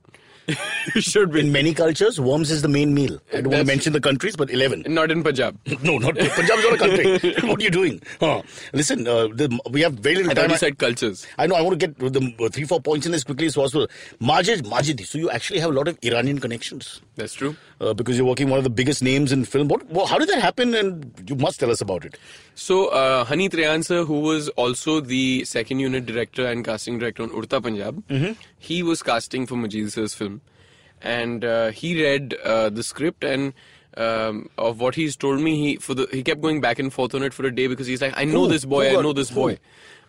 Speaker 4: you should be.
Speaker 2: In many cultures, worms is the main meal. I don't want to
Speaker 4: That's-
Speaker 2: mention the countries, but 11.
Speaker 4: Not in Punjab.
Speaker 2: No, not Punjab's not a country. what are you doing? Huh. Listen, uh, the, we have very little
Speaker 4: I
Speaker 2: time.
Speaker 4: thought you said cultures.
Speaker 2: I know I want to get the uh, three, four points in as quickly as possible. Majid Majidi. So you actually have a lot of Iranian connections
Speaker 4: That's true.
Speaker 2: uh, because you're working one of the biggest names in film. What, what? How did that happen? And you must tell us about it.
Speaker 4: So, uh, Haneet Rayhan sir, who was also the second unit director and casting director on Urta Punjab,
Speaker 2: Mm-hmm.
Speaker 4: he was casting for Majid sir's film. And uh, he read uh, the script and um, of what he's told me, he for the he kept going back and forth on it for a day because he's like, I know
Speaker 2: Who?
Speaker 4: this boy,
Speaker 2: Who
Speaker 4: I
Speaker 2: got-
Speaker 4: know this
Speaker 2: who?
Speaker 4: boy.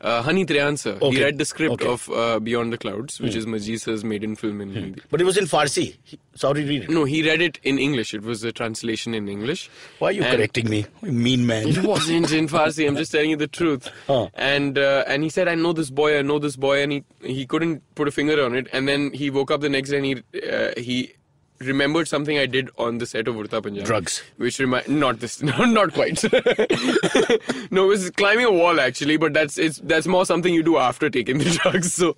Speaker 4: Uh, Haneet Rayhan sir,
Speaker 2: Okay.
Speaker 4: he read the script
Speaker 2: Okay. Mm. Hmm.
Speaker 4: of uh, Beyond the Clouds, which is Majid sir's maiden film in Hindi.
Speaker 2: But it was in Farsi. He- Sorry, read it.
Speaker 4: No, he read it in English. It was a translation in English.
Speaker 2: Why are you
Speaker 4: And-
Speaker 2: correcting me? You mean man.
Speaker 4: It wasn't in Farsi. I'm just telling you the truth.
Speaker 2: Huh.
Speaker 4: And uh, and he said, I know this boy. I know this boy. And he he couldn't put a finger on it. And then he woke up the next day and he uh, he remembered something I did on the set of Urta Punjab.
Speaker 2: Drugs.
Speaker 4: Which remind not this no, not quite. no, it was climbing a wall actually. But that's it's that's more something you do after taking the drugs. So.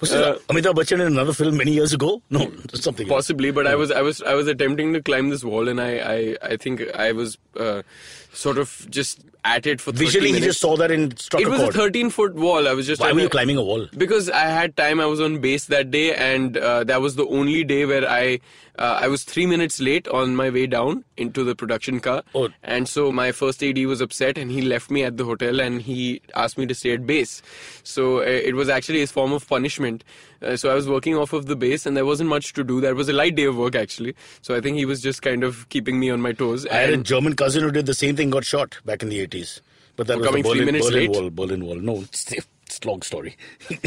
Speaker 2: Was
Speaker 4: uh, Hmm.
Speaker 2: this Amitabh Bachchan in another film many years ago? No, something. else.
Speaker 4: Possibly, but I was I was I was attempting to climb this wall, and I I, I think I was uh, sort of just at it for 30
Speaker 2: Visually, he
Speaker 4: minutes.
Speaker 2: just saw that and struck
Speaker 4: It
Speaker 2: a
Speaker 4: was a
Speaker 2: chord.
Speaker 4: 13 foot wall. I was just.
Speaker 2: Why
Speaker 4: trying
Speaker 2: were you
Speaker 4: to-
Speaker 2: climbing a wall?
Speaker 4: Because I had time. I was on base that day, and uh, that was the only day where I uh, I was three minutes late on my way down into the production car.
Speaker 2: Oh.
Speaker 4: And so my first AD was upset, and he left me at the hotel, and he asked me to stay at base. So uh, it was actually his form of punishment. Uh, so I was working off of the base, and there wasn't much to do. That was a light day of work actually. So I think he was just kind of keeping me on my toes.
Speaker 2: I had a
Speaker 4: and-
Speaker 2: German cousin who did the same thing, got shot back in the 80s. But that
Speaker 4: For
Speaker 2: was the
Speaker 4: coming three
Speaker 2: Berlin,
Speaker 4: minutes
Speaker 2: Berlin
Speaker 4: late?
Speaker 2: Wall. Berlin Wall. No, it's, it's a long story.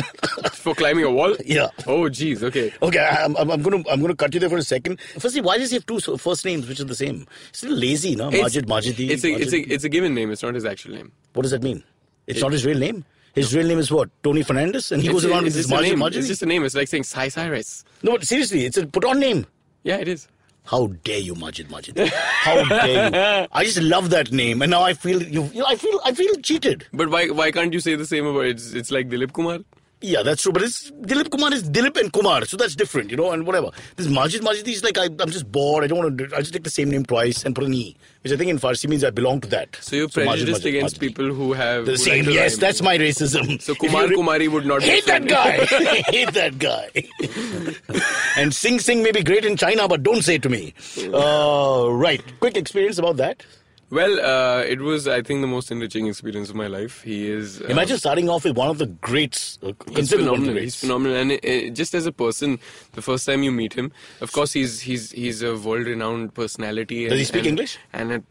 Speaker 4: for climbing a wall.
Speaker 2: Yeah.
Speaker 4: Oh, jeez. Okay.
Speaker 2: okay, I- I'm, I'm, I'm going to I'm gonna cut you there for a second. Firstly, why does he have two so- first names which are the same? It's a little lazy, no?
Speaker 4: It's-
Speaker 2: Majid, Majidi.
Speaker 4: It's a,
Speaker 2: Majid.
Speaker 4: it's a it's a given name. It's not his actual name.
Speaker 2: What does that mean? It's not his real name. His real name is what? Tony Fernandez? And he
Speaker 4: It's
Speaker 2: goes
Speaker 4: a-
Speaker 2: around with
Speaker 4: it's
Speaker 2: his
Speaker 4: just a
Speaker 2: Majid,
Speaker 4: name.
Speaker 2: Majid.
Speaker 4: It's just a name. It's like saying Sai Cyrus.
Speaker 2: No, but seriously, it's a put on name.
Speaker 4: Yeah, it is.
Speaker 2: How dare you, Majid Majid? How dare you? I just love that name, and now I feel you. you know, I feel I feel cheated.
Speaker 4: But why why can't you say the same about it's it's like Dilip Kumar?
Speaker 2: Yeah, that's true. But it's Dilip Kumar is Dilip and Kumar, so that's different, you know, and whatever. This Majid Majid is like I, I'm just bored. I don't want to. I just take the same name twice and put an e, which I think in Farsi means I belong to that.
Speaker 4: So you're
Speaker 2: Majid,
Speaker 4: prejudiced
Speaker 2: Majid,
Speaker 4: against
Speaker 2: Majid.
Speaker 4: people who have
Speaker 2: The
Speaker 4: who
Speaker 2: same.
Speaker 4: like to
Speaker 2: Yes,
Speaker 4: rhyme.
Speaker 2: that's my racism.
Speaker 4: So
Speaker 2: If you
Speaker 4: Kumar
Speaker 2: re-
Speaker 4: Kumari would not be
Speaker 2: hate that
Speaker 4: friendly.
Speaker 2: guy. hate that guy. and Sing Sing may be great in China, but don't say it to me. Uh, right. Quick experience about that.
Speaker 4: Well, uh, it was I think the most enriching experience of my life. He is uh,
Speaker 2: Imagine starting off with one of the greats. uh,
Speaker 4: He's
Speaker 2: considered one of the
Speaker 4: phenomenal. He's
Speaker 2: greats.
Speaker 4: phenomenal, and uh, just as a person, the first time you meet him, of course, he's he's he's a world-renowned personality. And,
Speaker 2: Does he speak
Speaker 4: and-
Speaker 2: English?
Speaker 4: And uh, it,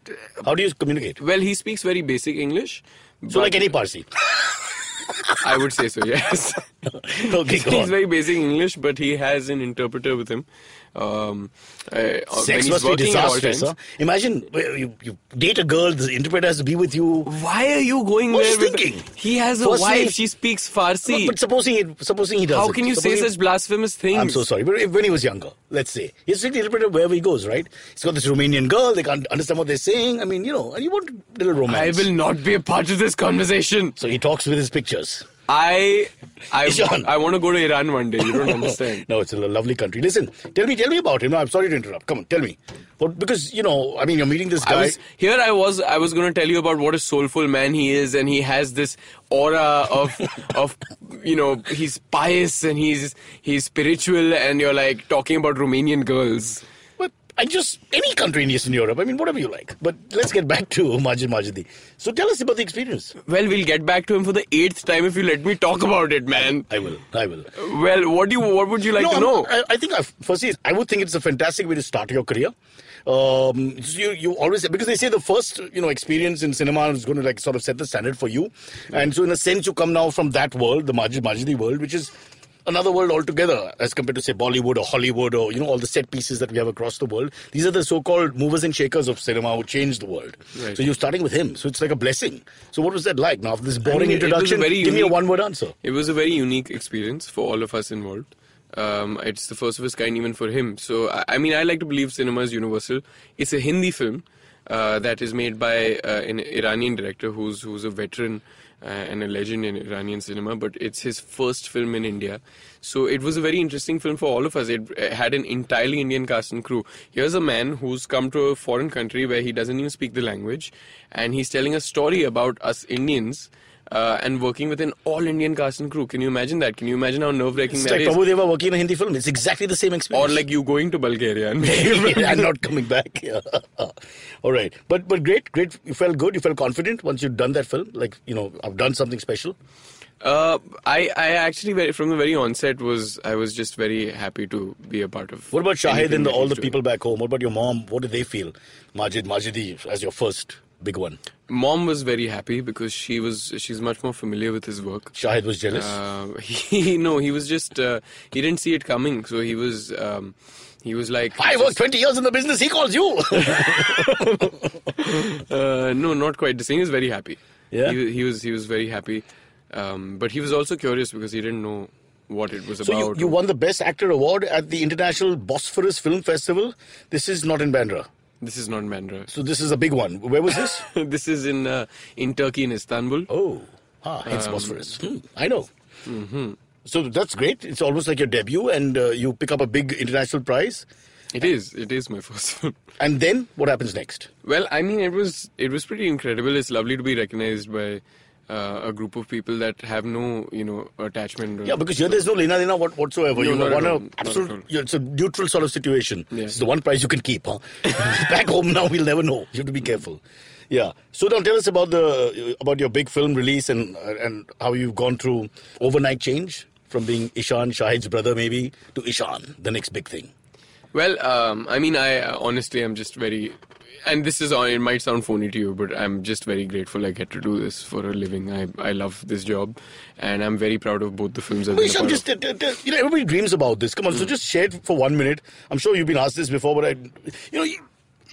Speaker 2: How do you communicate?
Speaker 4: well, he speaks very basic English.
Speaker 2: So,
Speaker 4: but-
Speaker 2: like any Parsi.
Speaker 4: I would say so. Yes.
Speaker 2: Okay, go
Speaker 4: he's
Speaker 2: on.
Speaker 4: very basic English, but he has an interpreter with him. Um, uh, when
Speaker 2: Sex
Speaker 4: he's
Speaker 2: must be
Speaker 4: working at all
Speaker 2: disastrous.
Speaker 4: times.
Speaker 2: Huh? Imagine uh, you, you date a girl, the interpreter has to be with you.
Speaker 4: Why are you going
Speaker 2: What's
Speaker 4: there? with-
Speaker 2: thinking?
Speaker 4: He has a
Speaker 2: Firstly-
Speaker 4: wife. She speaks Farsi.
Speaker 2: But, but supposing he, supposing he does
Speaker 4: How can you say such blasphemous things?
Speaker 2: I'm so sorry, but if- when he was younger, let's say he's strictly interpreted wherever he goes, right? He's got this Romanian girl; they can't understand what they're saying. I mean, you know, and you want a little
Speaker 4: I
Speaker 2: romance.
Speaker 4: will not be a part of this conversation.
Speaker 2: So he talks with his pictures.
Speaker 4: I, I,
Speaker 2: Ishan.
Speaker 4: I want to go to Iran one day. You don't understand.
Speaker 2: No, it's a lo- lovely country. Listen, tell me, tell me about him. I'm sorry to interrupt. Come on, tell me. What? Because you know, I mean, you're meeting this
Speaker 4: I
Speaker 2: guy.
Speaker 4: was, here I was I was going to tell you about what a soulful man he is and he has this aura of of you know he's pious and he's he's spiritual and you're like talking about Romanian girls
Speaker 2: But I just any country in Eastern Europe. I mean, whatever you like. But let's get back to Majid Majidi. So tell us about the experience.
Speaker 4: well we'll get back to him for the eighth time if you let me talk about it man
Speaker 2: I will. I will.
Speaker 4: well what do you what would you like to
Speaker 2: I'm-
Speaker 4: know
Speaker 2: I, I think I, firstly, I would think it's a fantastic way to start your career. Um, so you you always because they say the first you know experience in cinema is going to like sort of set the standard for you, and so in a sense you come now from that world, the Majid Majidi world, which is another world altogether as compared to say Bollywood or Hollywood or you know all the set pieces that we have across the world. These are the so-called movers and shakers of cinema who changed the world.
Speaker 4: Right.
Speaker 2: So you're starting with him, so it's like a blessing. So what was that like? Now after this boring
Speaker 4: it- it was a
Speaker 2: introduction, give
Speaker 4: very
Speaker 2: me a
Speaker 4: unique-
Speaker 2: one-word answer.
Speaker 4: It was a very unique experience for all of us involved. Um, it's the first of its kind, even for him. So, I, I mean, I like to believe cinema is universal. It's a Hindi film uh, that is made by uh, an Iranian director who's who's a veteran uh, and a legend in Iranian cinema. But it's his first film in India, so it was a very interesting film for all of us. It uh, had an entirely Indian cast and crew. Here's a man who's come to a foreign country where he doesn't even speak the language, and he's telling a story about us Indians uh, and working with an all Indian cast and crew. Can you imagine that? Can you imagine how nerve wracking
Speaker 2: It's like
Speaker 4: that is?
Speaker 2: Prabhu Deva working in a Hindi film. It's exactly the same experience.
Speaker 4: Or like you going to Bulgaria and
Speaker 2: I'm not coming back. All right, but but great, great. You felt good. You felt confident once you'd done that film. Like you know, I've done something special.
Speaker 4: Uh, I, I actually very, from the very onset was I was just very happy to be a part of.
Speaker 2: What about Shahid
Speaker 4: anything
Speaker 2: and the, all the
Speaker 4: related to it.
Speaker 2: people back home? What about your mom? What did they feel? Majid Majidi as your first big one.
Speaker 4: Mom was very happy because she was she's much more familiar with his work.
Speaker 2: Shahid was jealous.
Speaker 4: Uh, he no, he was just uh, he didn't see it coming, so he was um, he was like
Speaker 2: I worked 20 years in the business. He calls you.
Speaker 4: Uh, no, not quite. The same. He was very happy.
Speaker 2: Yeah?
Speaker 4: He, he was he was very happy, um, but he was also curious because he didn't know what it was
Speaker 2: so you,
Speaker 4: about.
Speaker 2: you won the best actor award at the International Bosphorus Film Festival. This is not in Bandra.
Speaker 4: This is not Mandra.
Speaker 2: So this is a big one. Where was this?
Speaker 4: this is in uh, in Turkey in Istanbul.
Speaker 2: Oh, ah,
Speaker 4: Um,
Speaker 2: it's Bosphorus. Hmm, I know.
Speaker 4: Mm-hmm.
Speaker 2: So that's great. It's almost like your debut, and uh, you pick up a big international prize.
Speaker 4: It is. It is my first film.
Speaker 2: And then what happens next?
Speaker 4: Well, I mean, it was it was pretty incredible. It's lovely to be recognized by uh, a group of people that have no you know attachment. or-
Speaker 2: Yeah, because here there's no lena lena what, whatsoever.
Speaker 4: Mm-hmm. No,
Speaker 2: you
Speaker 4: not at
Speaker 2: want
Speaker 4: all.
Speaker 2: a
Speaker 4: Not at all.
Speaker 2: absolute, yeah, it's a neutral sort of situation.
Speaker 4: Yeah.
Speaker 2: It's the one prize you can keep, huh? Back home now, we'll never know. You have to be careful. Yeah. So now tell us about the about your big film release and and how you've gone through overnight change from being Ishan Shahid's brother maybe to Ishan, the next big thing.
Speaker 4: Well, um, I mean, I uh, honestly, I'm just very, and this is, uh, it might sound phony to you, but I'm just very grateful I get to do this for a living. I, I love this job, and I'm very proud of both the films I've
Speaker 2: Well,
Speaker 4: been a
Speaker 2: Isham,
Speaker 4: part
Speaker 2: just
Speaker 4: of.
Speaker 2: uh, uh, uh, you know, everybody dreams about this. Come on,
Speaker 4: Hmm.
Speaker 2: so just share it for one minute. I'm sure you've been asked this before, but I, you know, you,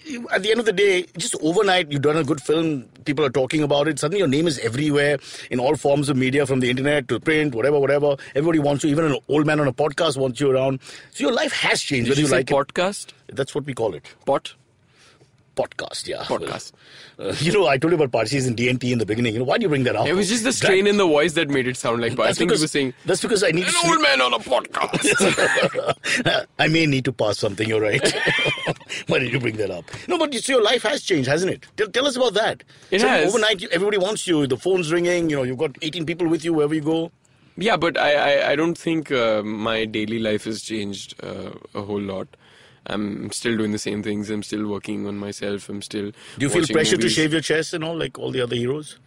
Speaker 2: you, at the end of the day, just overnight, you've done a good film. People are talking about it. Suddenly, your name is everywhere in all forms of media, from the internet to print, whatever, whatever. Everybody wants you. Even an old man on a podcast wants you around. So your life has changed,
Speaker 4: Did
Speaker 2: whether
Speaker 4: you
Speaker 2: you
Speaker 4: say
Speaker 2: like
Speaker 4: podcast?
Speaker 2: it. That's what we call it.
Speaker 4: Pot?
Speaker 2: Podcast, yeah.
Speaker 4: Podcast.
Speaker 2: Well, uh, you know, I told you about Parsis and DNT in the beginning. You know, why do you bring that up?
Speaker 4: It was just the
Speaker 2: That-
Speaker 4: strain in the voice that made it sound like pot. I
Speaker 2: That's
Speaker 4: think
Speaker 2: because,
Speaker 4: he was saying,
Speaker 2: that's because I need to
Speaker 4: an
Speaker 2: sleep-
Speaker 4: old man on a podcast.
Speaker 2: I may need to pass something. You're right. Why did you bring that up? No, but you see, your life has changed, hasn't it? Tell, tell us about that.
Speaker 4: It
Speaker 2: Suddenly
Speaker 4: has.
Speaker 2: Overnight, you- everybody wants you. The phone's ringing. You know, you've got 18 people with you wherever you go.
Speaker 4: Yeah, but I, I, I don't think uh, my daily life has changed uh, a whole lot. I'm still doing the same things. I'm still working on myself. I'm still.
Speaker 2: Do you feel
Speaker 4: watching
Speaker 2: pressure
Speaker 4: movies.
Speaker 2: to shave your chest and all, like all the other heroes?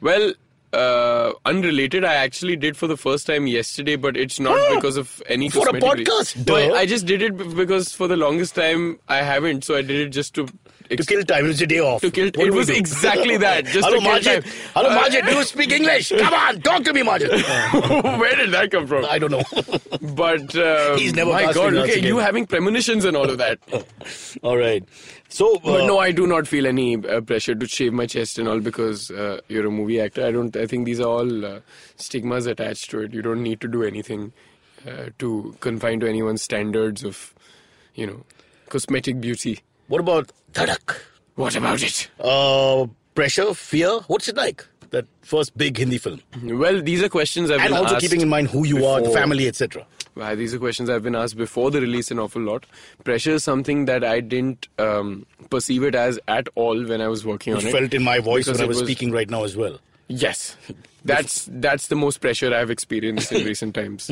Speaker 4: Well, uh, unrelated. I actually did for the first time yesterday, but it's not because of any
Speaker 2: Oh, For a
Speaker 4: cosmetic re-
Speaker 2: podcast,
Speaker 4: No, I-
Speaker 2: duh.
Speaker 4: I just did it b- because for the longest time I haven't, so I did it just to
Speaker 2: to kill time. It's a day off.
Speaker 4: To kill-
Speaker 2: What do
Speaker 4: it
Speaker 2: we
Speaker 4: was
Speaker 2: do?
Speaker 4: exactly that, just
Speaker 2: Hello,
Speaker 4: to kill
Speaker 2: Margit.
Speaker 4: time.
Speaker 2: Hello,
Speaker 4: Uh,
Speaker 2: Margit. Do you speak English? Come on, talk to me, Margit.
Speaker 4: Where did that come from?
Speaker 2: I don't know.
Speaker 4: But uh,
Speaker 2: He's never
Speaker 4: my
Speaker 2: passed
Speaker 4: God,
Speaker 2: me
Speaker 4: look
Speaker 2: once
Speaker 4: at you
Speaker 2: again.
Speaker 4: having premonitions and all of that.
Speaker 2: All right. So, uh,
Speaker 4: But no, I do not feel any uh, pressure to shave my chest and all because uh, you're a movie actor. I don't. I think these are all uh, stigmas attached to it. You don't need to do anything uh, to confine to anyone's standards of, you know, cosmetic beauty.
Speaker 2: what about Dhadak?
Speaker 4: What about it?
Speaker 2: Uh, pressure, fear. What's it like? That first big Hindi film,
Speaker 4: Well, these are questions I've
Speaker 2: and
Speaker 4: been
Speaker 2: also
Speaker 4: asked
Speaker 2: keeping in mind who you are, the
Speaker 4: before.
Speaker 2: family, etc.
Speaker 4: Why these are questions I've been asked before the release an awful lot. Pressure is something that I didn't um, perceive it as at all when I was working
Speaker 2: You
Speaker 4: on it.
Speaker 2: felt in my voice
Speaker 4: Because
Speaker 2: when I
Speaker 4: it
Speaker 2: was, speaking right now as well.
Speaker 4: Yes, that's that's the most pressure I've experienced in recent times.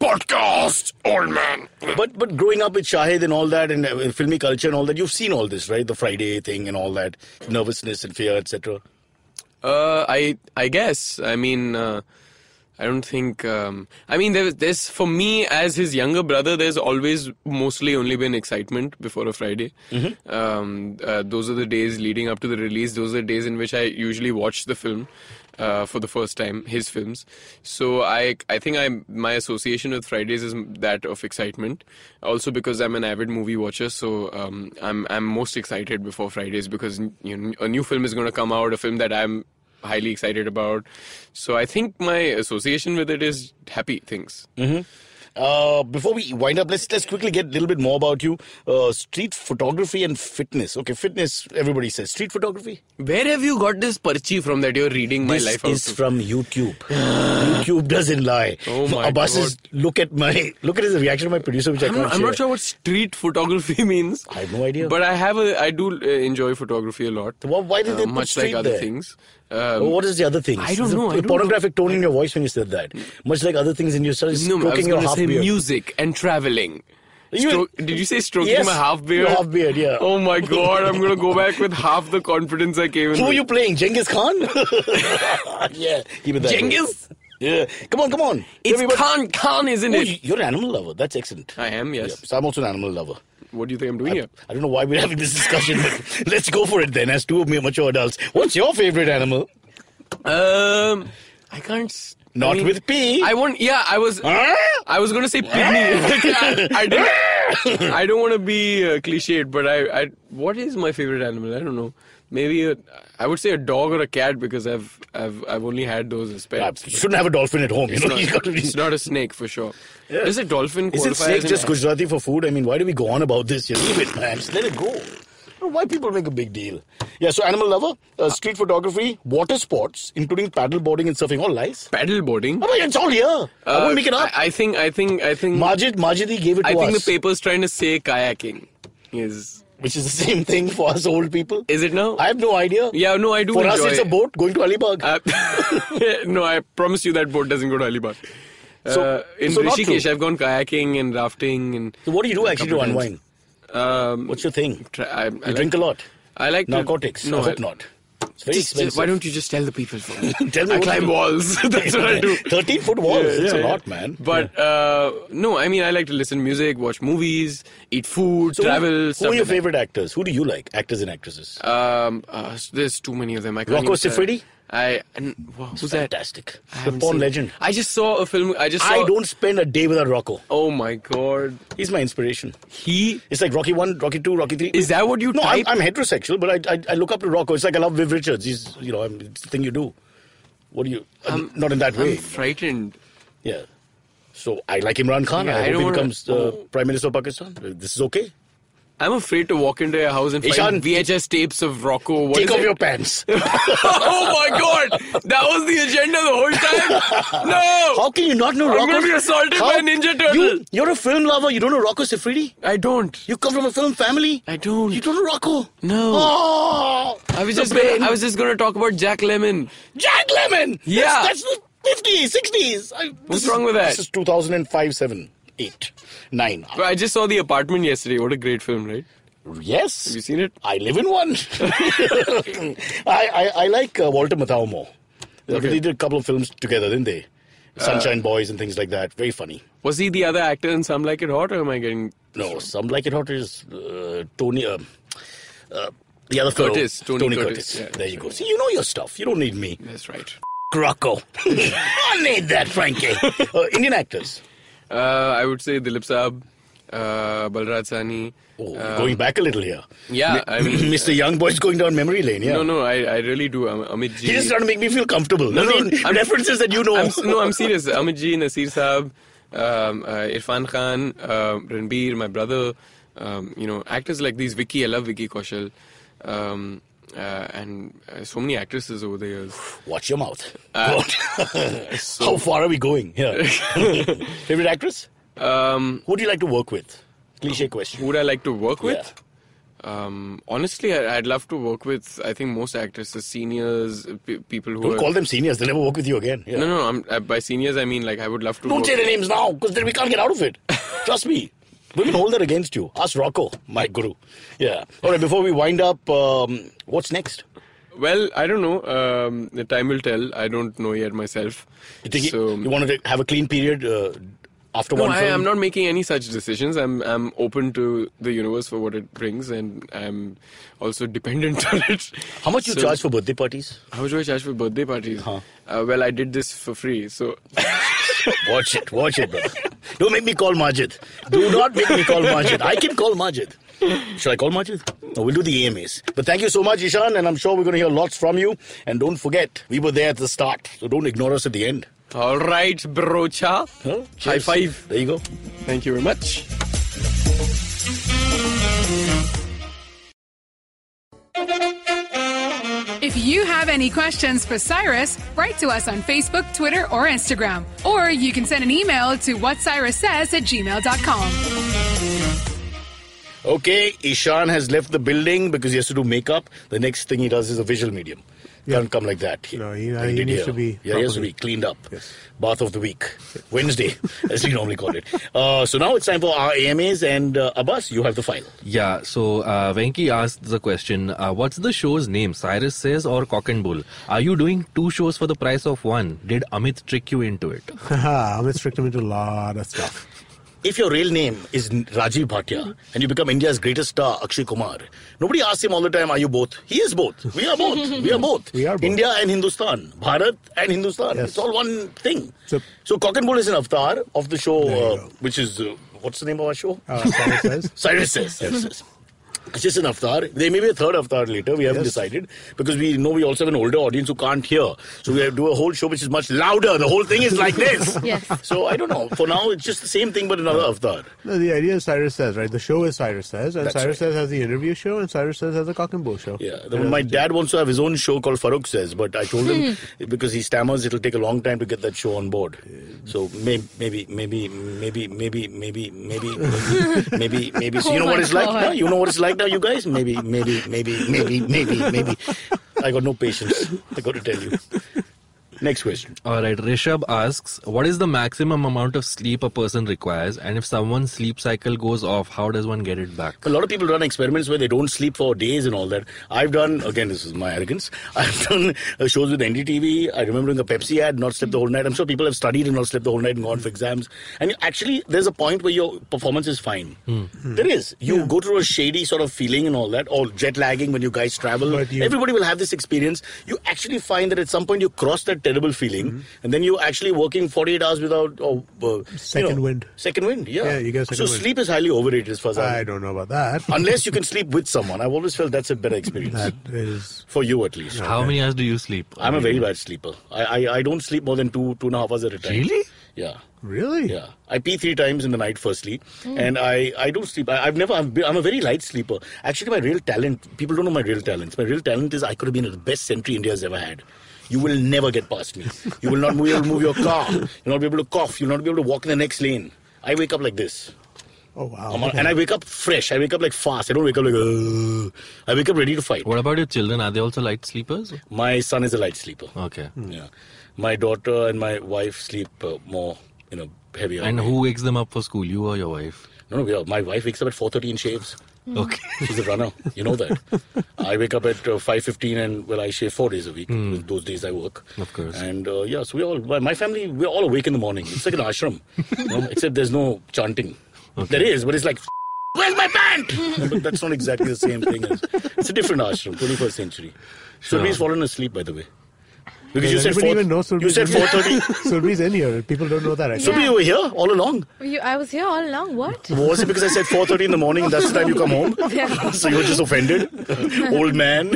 Speaker 4: Podcast, old man.
Speaker 2: But but growing up with Shahid and all that, and uh, filmy culture and all that, you've seen all this, right? The Friday thing and all that, nervousness and fear, etc.
Speaker 4: Uh, I I guess I mean uh, I don't think um, I mean there, there's for me as his younger brother there's always mostly only been excitement before a Friday. Um, uh, those are the days leading up to the release. Those are the days in which I usually watch the film uh, for the first time, his films. So I I think I my association with Fridays is that of excitement. Also because I'm an avid movie watcher, so um, I'm I'm most excited before Fridays because you know, a new film is going to come out, a film that I'm highly excited about. So I think my association with it is happy things.
Speaker 2: Uh, before we wind up, let's let's quickly get a little bit more about you. Uh, street photography and fitness. Okay, fitness. Everybody says street photography.
Speaker 4: Where have you got this parchi from that you're reading my
Speaker 2: Mm-hmm. this
Speaker 4: life out
Speaker 2: is
Speaker 4: to?
Speaker 2: from YouTube. YouTube doesn't lie.
Speaker 4: Oh my
Speaker 2: Abbas is
Speaker 4: God.
Speaker 2: look at my look at his reaction to my producer, which I
Speaker 4: I'm
Speaker 2: can't
Speaker 4: not, I'm
Speaker 2: share.
Speaker 4: not sure what street photography means.
Speaker 2: I have no idea.
Speaker 4: But I have a, I do uh, enjoy photography a lot. Uh,
Speaker 2: Why- why did they put
Speaker 4: much like
Speaker 2: street
Speaker 4: other
Speaker 2: there? Oh,
Speaker 4: things?
Speaker 2: Well,
Speaker 4: Um,
Speaker 2: what is the other thing?
Speaker 4: I don't
Speaker 2: There's a
Speaker 4: know, I don't
Speaker 2: pornographic tone in your voice when you said that. Much like other things in your started
Speaker 4: no, I was
Speaker 2: stroking your
Speaker 4: going to
Speaker 2: half
Speaker 4: say
Speaker 2: beard.
Speaker 4: music and traveling.
Speaker 2: You-
Speaker 4: Stro- did you say stroking
Speaker 2: Yes,
Speaker 4: my half beard?
Speaker 2: your half beard, yeah.
Speaker 4: Oh my god, I'm gonna go back with half the confidence I came in.
Speaker 2: Who are
Speaker 4: with.
Speaker 2: you playing? Genghis Khan? yeah, keep it that way.
Speaker 4: Genghis?
Speaker 2: Yeah, come on, come on.
Speaker 4: It's
Speaker 2: Everybody-
Speaker 4: Khan Khan, isn't
Speaker 2: Oh,
Speaker 4: it?
Speaker 2: you- you're an animal lover. That's excellent.
Speaker 4: I am, yes.
Speaker 2: Yeah, so I'm also an animal lover.
Speaker 4: What do you think I'm doing here?
Speaker 2: I don't know why we're having this discussion, but let's go for it then. As two of me mature adults, what's your favorite animal?
Speaker 4: Um, I can't. s-
Speaker 2: Not
Speaker 4: I mean,
Speaker 2: with P.
Speaker 4: I want. Yeah, I was.
Speaker 2: Huh?
Speaker 4: I was gonna say pygmy. I, I didn't. I don't want to be uh, cliched, but I, I. What is my favorite animal? I don't know. Maybe a, I would say a dog or a cat because I've I've I've only had those as
Speaker 2: Yeah,
Speaker 4: pets.
Speaker 2: you shouldn't have a dolphin at home. You
Speaker 4: It's
Speaker 2: know,
Speaker 4: not,
Speaker 2: you got to be.
Speaker 4: it's not a snake for sure. Does a dolphin
Speaker 2: Is
Speaker 4: qualify
Speaker 2: it snake
Speaker 4: as an
Speaker 2: just Gujarati for food? I mean, why do we go on about this? You leave it, man. Just let it go. I don't know Why people make a big deal? Yeah, so animal lover, uh, street photography, water sports, including paddle boarding and surfing, all lies.
Speaker 4: paddle boarding?
Speaker 2: I mean, it's all here. Oh, I
Speaker 4: Uh,
Speaker 2: won't make it up.
Speaker 4: I, I think. I think. I think.
Speaker 2: Majid, Majidi gave it to
Speaker 4: I think
Speaker 2: us,
Speaker 4: the paper's trying to say kayaking. Is
Speaker 2: which is the same thing for us old people.
Speaker 4: is it now?
Speaker 2: I have no idea.
Speaker 4: yeah, no, I do.
Speaker 2: For us,
Speaker 4: enjoy
Speaker 2: it's a
Speaker 4: it.
Speaker 2: boat going to Alibag.
Speaker 4: Uh, no, I promise you that boat doesn't go to Alibag.
Speaker 2: So-
Speaker 4: uh, in
Speaker 2: so not
Speaker 4: Rishikesh,
Speaker 2: true.
Speaker 4: I've gone kayaking and rafting and.
Speaker 2: so what do you do actually to
Speaker 4: couple times.
Speaker 2: unwind?
Speaker 4: Um,
Speaker 2: What's your thing?
Speaker 4: tra- I, I
Speaker 2: You drink a lot.
Speaker 4: I like to-
Speaker 2: Narcotics.
Speaker 4: no,
Speaker 2: I hope
Speaker 4: I-
Speaker 2: not. It's very
Speaker 4: Just-
Speaker 2: expensive.
Speaker 4: just- why don't you just tell the people for me?
Speaker 2: Tell me
Speaker 4: I
Speaker 2: what
Speaker 4: climb
Speaker 2: you do.
Speaker 4: walls. That's what I do.
Speaker 2: 13 foot walls.
Speaker 4: Yeah,
Speaker 2: it's
Speaker 4: yeah,
Speaker 2: a
Speaker 4: yeah.
Speaker 2: lot, man.
Speaker 4: But uh, no, I mean, I like to listen to music, watch movies, eat food,
Speaker 2: So who-
Speaker 4: travel.
Speaker 2: Who,
Speaker 4: stuff
Speaker 2: are your
Speaker 4: like
Speaker 2: favorite actors? Who do you like? Actors and actresses.
Speaker 4: that. Um, uh, there's too many of them. I can't
Speaker 2: Rocco
Speaker 4: even tell.
Speaker 2: Siffredi?
Speaker 4: I and, wha- who's that?
Speaker 2: Fantastic.
Speaker 4: I
Speaker 2: The
Speaker 4: haven't
Speaker 2: porn
Speaker 4: seen-
Speaker 2: legend.
Speaker 4: I just saw a film. I just saw,
Speaker 2: I don't spend a day without Rocco.
Speaker 4: Oh my god.
Speaker 2: He's my inspiration.
Speaker 4: He
Speaker 2: It's like Rocky 1, Rocky 2, Rocky 3.
Speaker 4: Is that what you
Speaker 2: No, I'm,
Speaker 4: type?
Speaker 2: I'm heterosexual, but I, I I look up to Rocco. It's like I love Viv Richards. He's, you know, I'm, it's the thing you do. What do you. I'm, not in that way.
Speaker 4: Um, I'm frightened.
Speaker 2: yeah. So I like Imran Khan.
Speaker 4: Yeah, I
Speaker 2: I hope
Speaker 4: don't
Speaker 2: he
Speaker 4: wanna- Oh.
Speaker 2: becomes uh, Prime Minister of Pakistan. Uh, This is okay.
Speaker 4: I'm afraid to walk into your house and
Speaker 2: Ishan,
Speaker 4: find VHS tapes of Rocco. What
Speaker 2: Take
Speaker 4: is
Speaker 2: off
Speaker 4: it?
Speaker 2: your pants.
Speaker 4: oh my god! That was the agenda the whole time.
Speaker 2: How
Speaker 4: No,
Speaker 2: can you not know
Speaker 4: I'm
Speaker 2: Rocco?
Speaker 4: gonna be assaulted by a Ninja Turtle.
Speaker 2: You, you're a film lover. You don't know Rocco Siffredi?
Speaker 4: I don't.
Speaker 2: You come from a film family.
Speaker 4: I don't.
Speaker 2: You don't know Rocco?
Speaker 4: No.
Speaker 2: Oh,
Speaker 4: I was
Speaker 2: the
Speaker 4: just gonna,
Speaker 2: pain.
Speaker 4: I was just gonna talk about Jack Lemon.
Speaker 2: Jack Lemon.
Speaker 4: Yeah.
Speaker 2: That's, that's the 50s, 60s. I,
Speaker 4: What's
Speaker 2: this
Speaker 4: wrong
Speaker 2: is-
Speaker 4: with that?
Speaker 2: This is 2005, 7, 8, 9.
Speaker 4: But I just saw The Apartment yesterday. What a great film, right?
Speaker 2: Yes.
Speaker 4: Have you seen it?
Speaker 2: I live in one. I, I, I like uh, Walter Matthau more. They
Speaker 4: Okay. Uh,
Speaker 2: did a couple of films together, didn't they? Sunshine Boys and things like that. Very funny.
Speaker 4: Was he the other actor in Some Like It Hot, or am I getting?
Speaker 2: No, some like it hot is uh, Tony. Uh, Uh, the other fellow,
Speaker 4: Curtis, Tony Curtis, yeah.
Speaker 2: There you go. See, you know your stuff. You don't need me.
Speaker 4: That's right.
Speaker 2: Crocco. I need that, Frankie. Uh, Indian actors.
Speaker 4: Uh, I would say Dilip Saab, uh, Balraj Sani.
Speaker 2: Oh,
Speaker 4: uh,
Speaker 2: going back a little here.
Speaker 4: yeah, I mean,
Speaker 2: Mr. Young Boy's going down memory lane. Yeah.
Speaker 4: no, no, I, I really do. Am- Amit Ji.
Speaker 2: He's just trying to make me feel comfortable. No,
Speaker 4: no, I'm-
Speaker 2: references that you know.
Speaker 4: I'm, no, I'm serious. Amit Ji, Nasir Saab, um, uh, Irfan Khan, uh, Ranbir, my brother. Um, you know, actors like these. Vicky, I love Vicky Kaushal. Um, uh, and uh, so many actresses over the years.
Speaker 2: Watch your mouth.
Speaker 4: Uh,
Speaker 2: God. How far are we going? Yeah. Favorite actress?
Speaker 4: Um,
Speaker 2: Who do you like to work with? Cliche question.
Speaker 4: who would I like to work with? Um, honestly, I, I'd love to work with. I think most actresses, seniors, pe people who
Speaker 2: Don't
Speaker 4: are,
Speaker 2: call them seniors. They'll never work with you again. Yeah.
Speaker 4: No, no, I'm, uh, by seniors I mean like I would love to.
Speaker 2: Don't
Speaker 4: work
Speaker 2: say their names now because then we can't get out of it. Trust me. Women hold that against you. Ask Rocco, my guru. Yeah. All right, before we wind up, um, what's next?
Speaker 4: Well, I don't know. Um, the time will tell. I don't know yet myself.
Speaker 2: You, think
Speaker 4: so,
Speaker 2: you, want to have a clean period uh, after
Speaker 4: no,
Speaker 2: one
Speaker 4: I,
Speaker 2: film?
Speaker 4: am not making any such decisions. I'm I'm open to the universe for what it brings, and I'm also dependent on it.
Speaker 2: How much you
Speaker 4: So-
Speaker 2: charge for birthday parties?
Speaker 4: How much do I charge for birthday parties?
Speaker 2: Huh.
Speaker 4: Uh, well, I did this for free, so
Speaker 2: Watch it, watch it, brother. Don't make me call Majid. Do not make me call Majid. I can call Majid. Shall I call Majid? No, we'll do the AMAs. But thank you so much, Ishan, and I'm sure we're going to hear lots from you. And don't forget, we were there at the start, so don't ignore us at the end.
Speaker 4: all right, brocha.
Speaker 2: Huh?
Speaker 4: High
Speaker 2: Cheers.
Speaker 4: five.
Speaker 2: There you go.
Speaker 4: Thank you very much.
Speaker 3: If you have any questions for Cyrus, write to us on Facebook, Twitter, or Instagram. Or you can send an email to whatcyrussays at gmail.com.
Speaker 2: Okay, Ishan has left the building because he has to do makeup. The next thing he does is a visual medium. Can't come like that.
Speaker 5: No, he-
Speaker 2: Like
Speaker 5: he
Speaker 2: did
Speaker 5: needs
Speaker 2: here.
Speaker 5: to be
Speaker 2: Yeah, he has to
Speaker 5: properly.
Speaker 2: be cleaned up.
Speaker 5: Yes.
Speaker 2: Bath of the week, Wednesday, as we normally call it. Uh, so now it's time for our AMAs, and uh, Abbas, you have the file.
Speaker 6: Yeah, so uh, Venki asked the question uh, What's the show's name, Cyrus Says or Cock and Bull? Are you doing two shows for the price of one? Did Amit trick you into it?
Speaker 5: I'm restricted into a lot of stuff.
Speaker 2: If your real name is N- Rajiv Bhatia and you become India's greatest star, Akshay Kumar, nobody asks him all the time, Are you both? He is both. We are both. We are both.
Speaker 5: We are both.
Speaker 2: India and Hindustan. Bharat and Hindustan.
Speaker 5: Yes.
Speaker 2: It's all one thing. So,
Speaker 5: So-
Speaker 2: Cock and Bull is an avatar of the show,
Speaker 5: There you
Speaker 2: uh,
Speaker 5: go.
Speaker 2: which is, uh, what's the name of our show?
Speaker 5: Uh, Cyrus says.
Speaker 2: Cyrus says. Cyrus says. It's just an avatar. There may be a third avatar later. We haven't
Speaker 5: Yes.
Speaker 2: decided because we know we also have an older audience who can't hear. So we have to do a whole show which is much louder. The whole thing is like this.
Speaker 7: Yes.
Speaker 2: So I don't know. For now, it's just the same thing but another avatar.
Speaker 5: No, the idea is Cyrus says, right? The show is Cyrus says, and
Speaker 2: That's
Speaker 5: Cyrus
Speaker 2: right.
Speaker 5: says has the interview show, and Cyrus says has a cock and bull show.
Speaker 2: Yeah, the-
Speaker 5: And
Speaker 2: my
Speaker 5: that's it.
Speaker 2: dad wants to have his own show called Farooq Says, but I told him
Speaker 7: Hmm.
Speaker 2: because he stammers, it'll take a long time to get that show on board. So may- maybe, maybe, maybe, maybe, maybe, maybe, maybe, maybe. So you know
Speaker 7: Oh
Speaker 2: what
Speaker 7: my
Speaker 2: it's like
Speaker 7: God.
Speaker 2: now? You know what it's like now, you guys? Maybe, maybe, maybe, maybe, maybe, maybe. I got no patience. I got to tell you. Next question.
Speaker 6: All right, Rishabh asks What is the maximum amount of sleep a person requires? And if someone's sleep cycle goes off, how does one get it back?
Speaker 2: A lot of people run experiments where they don't sleep for days and all that. I've done, again, this is my arrogance. I've done uh, shows with NDTV. I remember doing a Pepsi ad, not slept the whole night. I'm sure people have studied and not slept the whole night and gone for exams. And actually, there's a point where your performance is fine.
Speaker 5: Hmm.
Speaker 2: There is. You go through a shady sort of feeling and all that, or jet lagging when you guys travel.
Speaker 5: But you-
Speaker 2: Everybody will have this experience. You actually find that at some point you cross that terrible feeling,
Speaker 5: Hmm.
Speaker 2: and then you're actually working 48 hours without. Or, uh, you
Speaker 5: Second
Speaker 2: know,
Speaker 5: wind.
Speaker 2: Second wind, yeah.
Speaker 5: Yeah, you get
Speaker 2: so
Speaker 5: second wind.
Speaker 2: sleep is highly overrated as far as
Speaker 5: I don't know about that.
Speaker 2: unless you can sleep with someone. I've always felt that's a better experience
Speaker 5: that is
Speaker 2: for you, at least.
Speaker 6: How many hours do you sleep?
Speaker 2: I'm a very bad sleeper. I, I I don't sleep more than two two and a half hours at a time.
Speaker 6: Really?
Speaker 2: Yeah.
Speaker 5: really
Speaker 2: Yeah, I pee three times in the night. Firstly, and I I don't sleep. I, I've never. I've been, I'm a very light sleeper. Actually, my real talent. People don't know my real talents. My real talent is I could have been the best sentry India's ever had. You will never get past me. You will not move, you'll move your car. You'll not be able to cough. You'll not be able to walk in the next lane. I wake up like this.
Speaker 5: Oh wow!
Speaker 2: I'm on- And I wake up fresh. I wake up like fast. I don't wake up like. "Ugh." I wake up ready to fight.
Speaker 6: What about your children? Are they also light sleepers?
Speaker 2: My son is a light sleeper.
Speaker 6: Okay.
Speaker 2: Yeah, my daughter and my wife sleep uh, more, you know, heavier.
Speaker 6: And who wakes them up for school? You or your wife?
Speaker 2: No, no, we are, my wife wakes up at four thirty and shaves.
Speaker 6: Okay.
Speaker 2: She's a runner. You know that. I wake up at uh, five fifteen, and well, I shave four days a week. With Those days I work.
Speaker 6: Of course.
Speaker 2: And uh, yeah, so we all my, my family we're all awake in the morning. It's like an ashram, you know, except there's no chanting. There is, but it's like. where's my pant? but that's not exactly the same thing. As, it's a different ashram, 21st century. Sure. has fallen asleep, by the way. Because you
Speaker 5: Does
Speaker 2: said,
Speaker 5: anybody
Speaker 2: four,
Speaker 5: even know Surbhi?
Speaker 2: you said 4.30.
Speaker 5: Surbhi's in here. People don't know that.
Speaker 2: Subhi,
Speaker 5: Actually.
Speaker 7: Yeah.
Speaker 2: you were here all along.
Speaker 7: You, I was here all along. What?
Speaker 2: Was it because I said 4.30 in the morning, that's the time you come home? so you were just offended? Old man.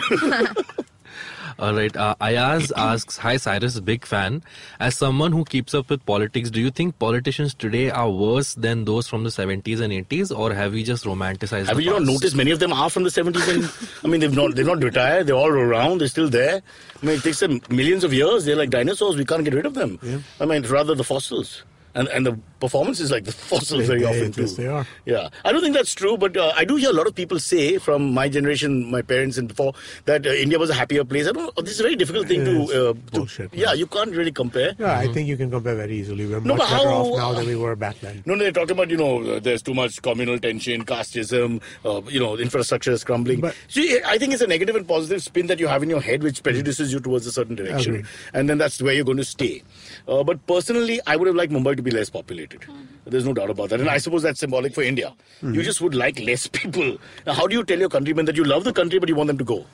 Speaker 6: All right. Uh, Ayaz asks, Hi Cyrus, big fan. As someone who keeps up with politics, do you think politicians today are worse than those from the 70s and 80s, or have we just romanticized?
Speaker 2: Have
Speaker 6: the
Speaker 2: you not
Speaker 6: past?
Speaker 2: noticed many of them are from the 70s? And, I mean, they've not they've not retired. They're all around. They're still there. I mean, it takes them millions of years. They're like dinosaurs. We can't get rid of them. I mean, rather the fossils. And, and the performance is like the fossils very
Speaker 5: They-
Speaker 2: often too.
Speaker 5: yes, they are.
Speaker 2: Yeah, I don't think that's true, but uh, I do hear a lot of people say from my generation, my parents and before, that uh, India was a happier place. I don't. This is a very difficult thing
Speaker 5: Yes,
Speaker 2: to, uh,
Speaker 5: bullshit,
Speaker 2: to. Yeah, you can't really compare.
Speaker 5: Yeah, I think you can compare very easily. We're
Speaker 2: No,
Speaker 5: much
Speaker 2: but
Speaker 5: better
Speaker 2: how-
Speaker 5: off now than we were back then.
Speaker 2: No, no, they're talking about, you know, uh, there's too much communal tension, casteism, uh, you know, infrastructure is crumbling.
Speaker 5: But-
Speaker 2: See, I think it's a negative and positive spin that you have in your head, which prejudices you towards a certain direction.
Speaker 5: Agreed.
Speaker 2: And then that's where you're going to stay. Uh, but personally, I would have liked Mumbai to be less populated. There's no doubt about that. And I suppose that's symbolic for India.
Speaker 5: Mm-hmm.
Speaker 2: You just would like less people. Now, how do you tell your countrymen that you love the country, but you want them to go?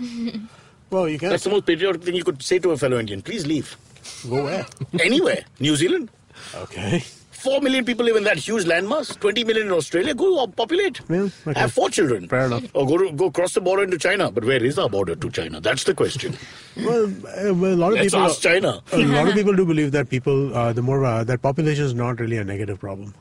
Speaker 5: Well, you can
Speaker 2: That's the most patriotic thing you could say to a fellow Indian. Please leave.
Speaker 5: go where?
Speaker 2: Anywhere. New Zealand.
Speaker 5: Okay.
Speaker 2: Four million people live in that huge landmass. Twenty million in Australia. Go up- populate.
Speaker 5: Yeah, okay.
Speaker 2: Have four children.
Speaker 5: Fair enough.
Speaker 2: Or go to, go cross the border into China. But where is our border to China? That's the question.
Speaker 5: Well, uh, well, a lot of
Speaker 2: Let's
Speaker 5: people.
Speaker 2: ask China.
Speaker 5: a lot of people do believe that people, uh, the more uh, that population is not really a negative problem.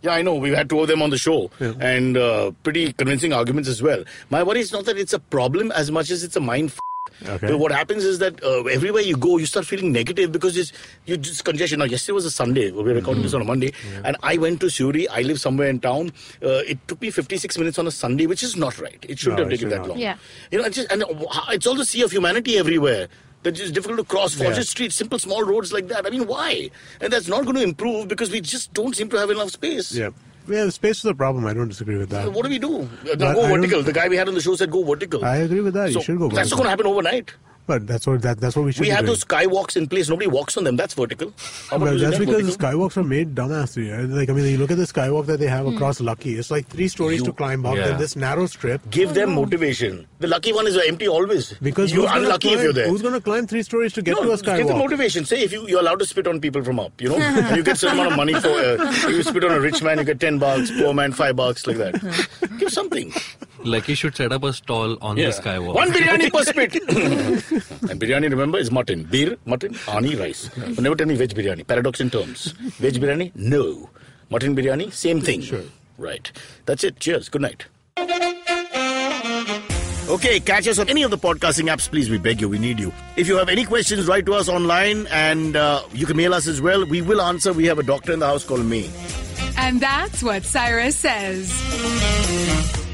Speaker 2: Yeah, I know. We've had two of them on the show, and uh, pretty convincing arguments as well. My worry is not that it's a problem as much as it's a mind. F-
Speaker 5: Okay.
Speaker 2: But What happens is that uh, everywhere you go, you start feeling negative because it's, you just congestion. Now, yesterday was a Sunday. We're recording
Speaker 5: Mm-hmm.
Speaker 2: this on a Monday. And I went to Suri. I live somewhere in town. Uh, it took me 56 minutes on a Sunday, which is not right. It shouldn't
Speaker 5: No,
Speaker 2: have
Speaker 5: it
Speaker 2: taken
Speaker 5: should
Speaker 2: that
Speaker 5: not.
Speaker 2: long.
Speaker 7: Yeah.
Speaker 2: You know, it's, just, and wh- it's all the sea of humanity everywhere. That is difficult to cross forest streets, simple small roads like that. I mean, why? And that's not going to improve because we just don't seem to have enough space.
Speaker 5: Yeah. Yeah, space is a problem. I don't disagree with
Speaker 2: So
Speaker 5: that.
Speaker 2: What do we do? Uh,
Speaker 5: But
Speaker 2: Now go
Speaker 5: I don't-
Speaker 2: vertical. The guy we had on the show said go vertical.
Speaker 5: I agree with that.
Speaker 2: So
Speaker 5: you should go.
Speaker 2: that's not
Speaker 5: vertical.
Speaker 2: going to happen overnight.
Speaker 5: But that's what that, that's what we should.
Speaker 2: We
Speaker 5: be
Speaker 2: have
Speaker 5: doing.
Speaker 2: those skywalks in place. Nobody walks on them. That's vertical. How about
Speaker 5: Well,
Speaker 2: using
Speaker 5: that's
Speaker 2: that
Speaker 5: because
Speaker 2: vertical?
Speaker 5: the skywalks are made dumbassery. right? Like I mean, you look at the skywalk that they have
Speaker 2: Hmm.
Speaker 5: across Lucky. It's like three stories to climb up.
Speaker 6: Yeah.
Speaker 5: Then this narrow strip.
Speaker 2: Give them motivation. The lucky one is empty always.
Speaker 5: Because
Speaker 2: you're
Speaker 5: who's gonna
Speaker 2: unlucky
Speaker 5: climb,
Speaker 2: if you're there.
Speaker 5: Who's going to climb three stories to get to a
Speaker 2: Give them
Speaker 5: skywalk?
Speaker 2: motivation. Say if you you're allowed to spit on people from up, you know, and you get certain amount of money for uh, you spit on a rich man, you get ten bucks. Poor man, five bucks, like that. Give something.
Speaker 6: Like you should set up a stall on the skywalk.
Speaker 2: One biryani per spit. and biryani, remember, is mutton. Beer, mutton, ani, rice. But never tell me veg biryani. Paradox in terms. Veg biryani, no. Mutton biryani, same thing. Sure. Right. That's it. Cheers. Good night. Okay, catch us on any of the podcasting apps, please. We beg you, we need you. If you have any questions, write to us online and uh, you can mail us as well. We will answer. We have a doctor in the house called me.
Speaker 3: And that's what Cyrus says.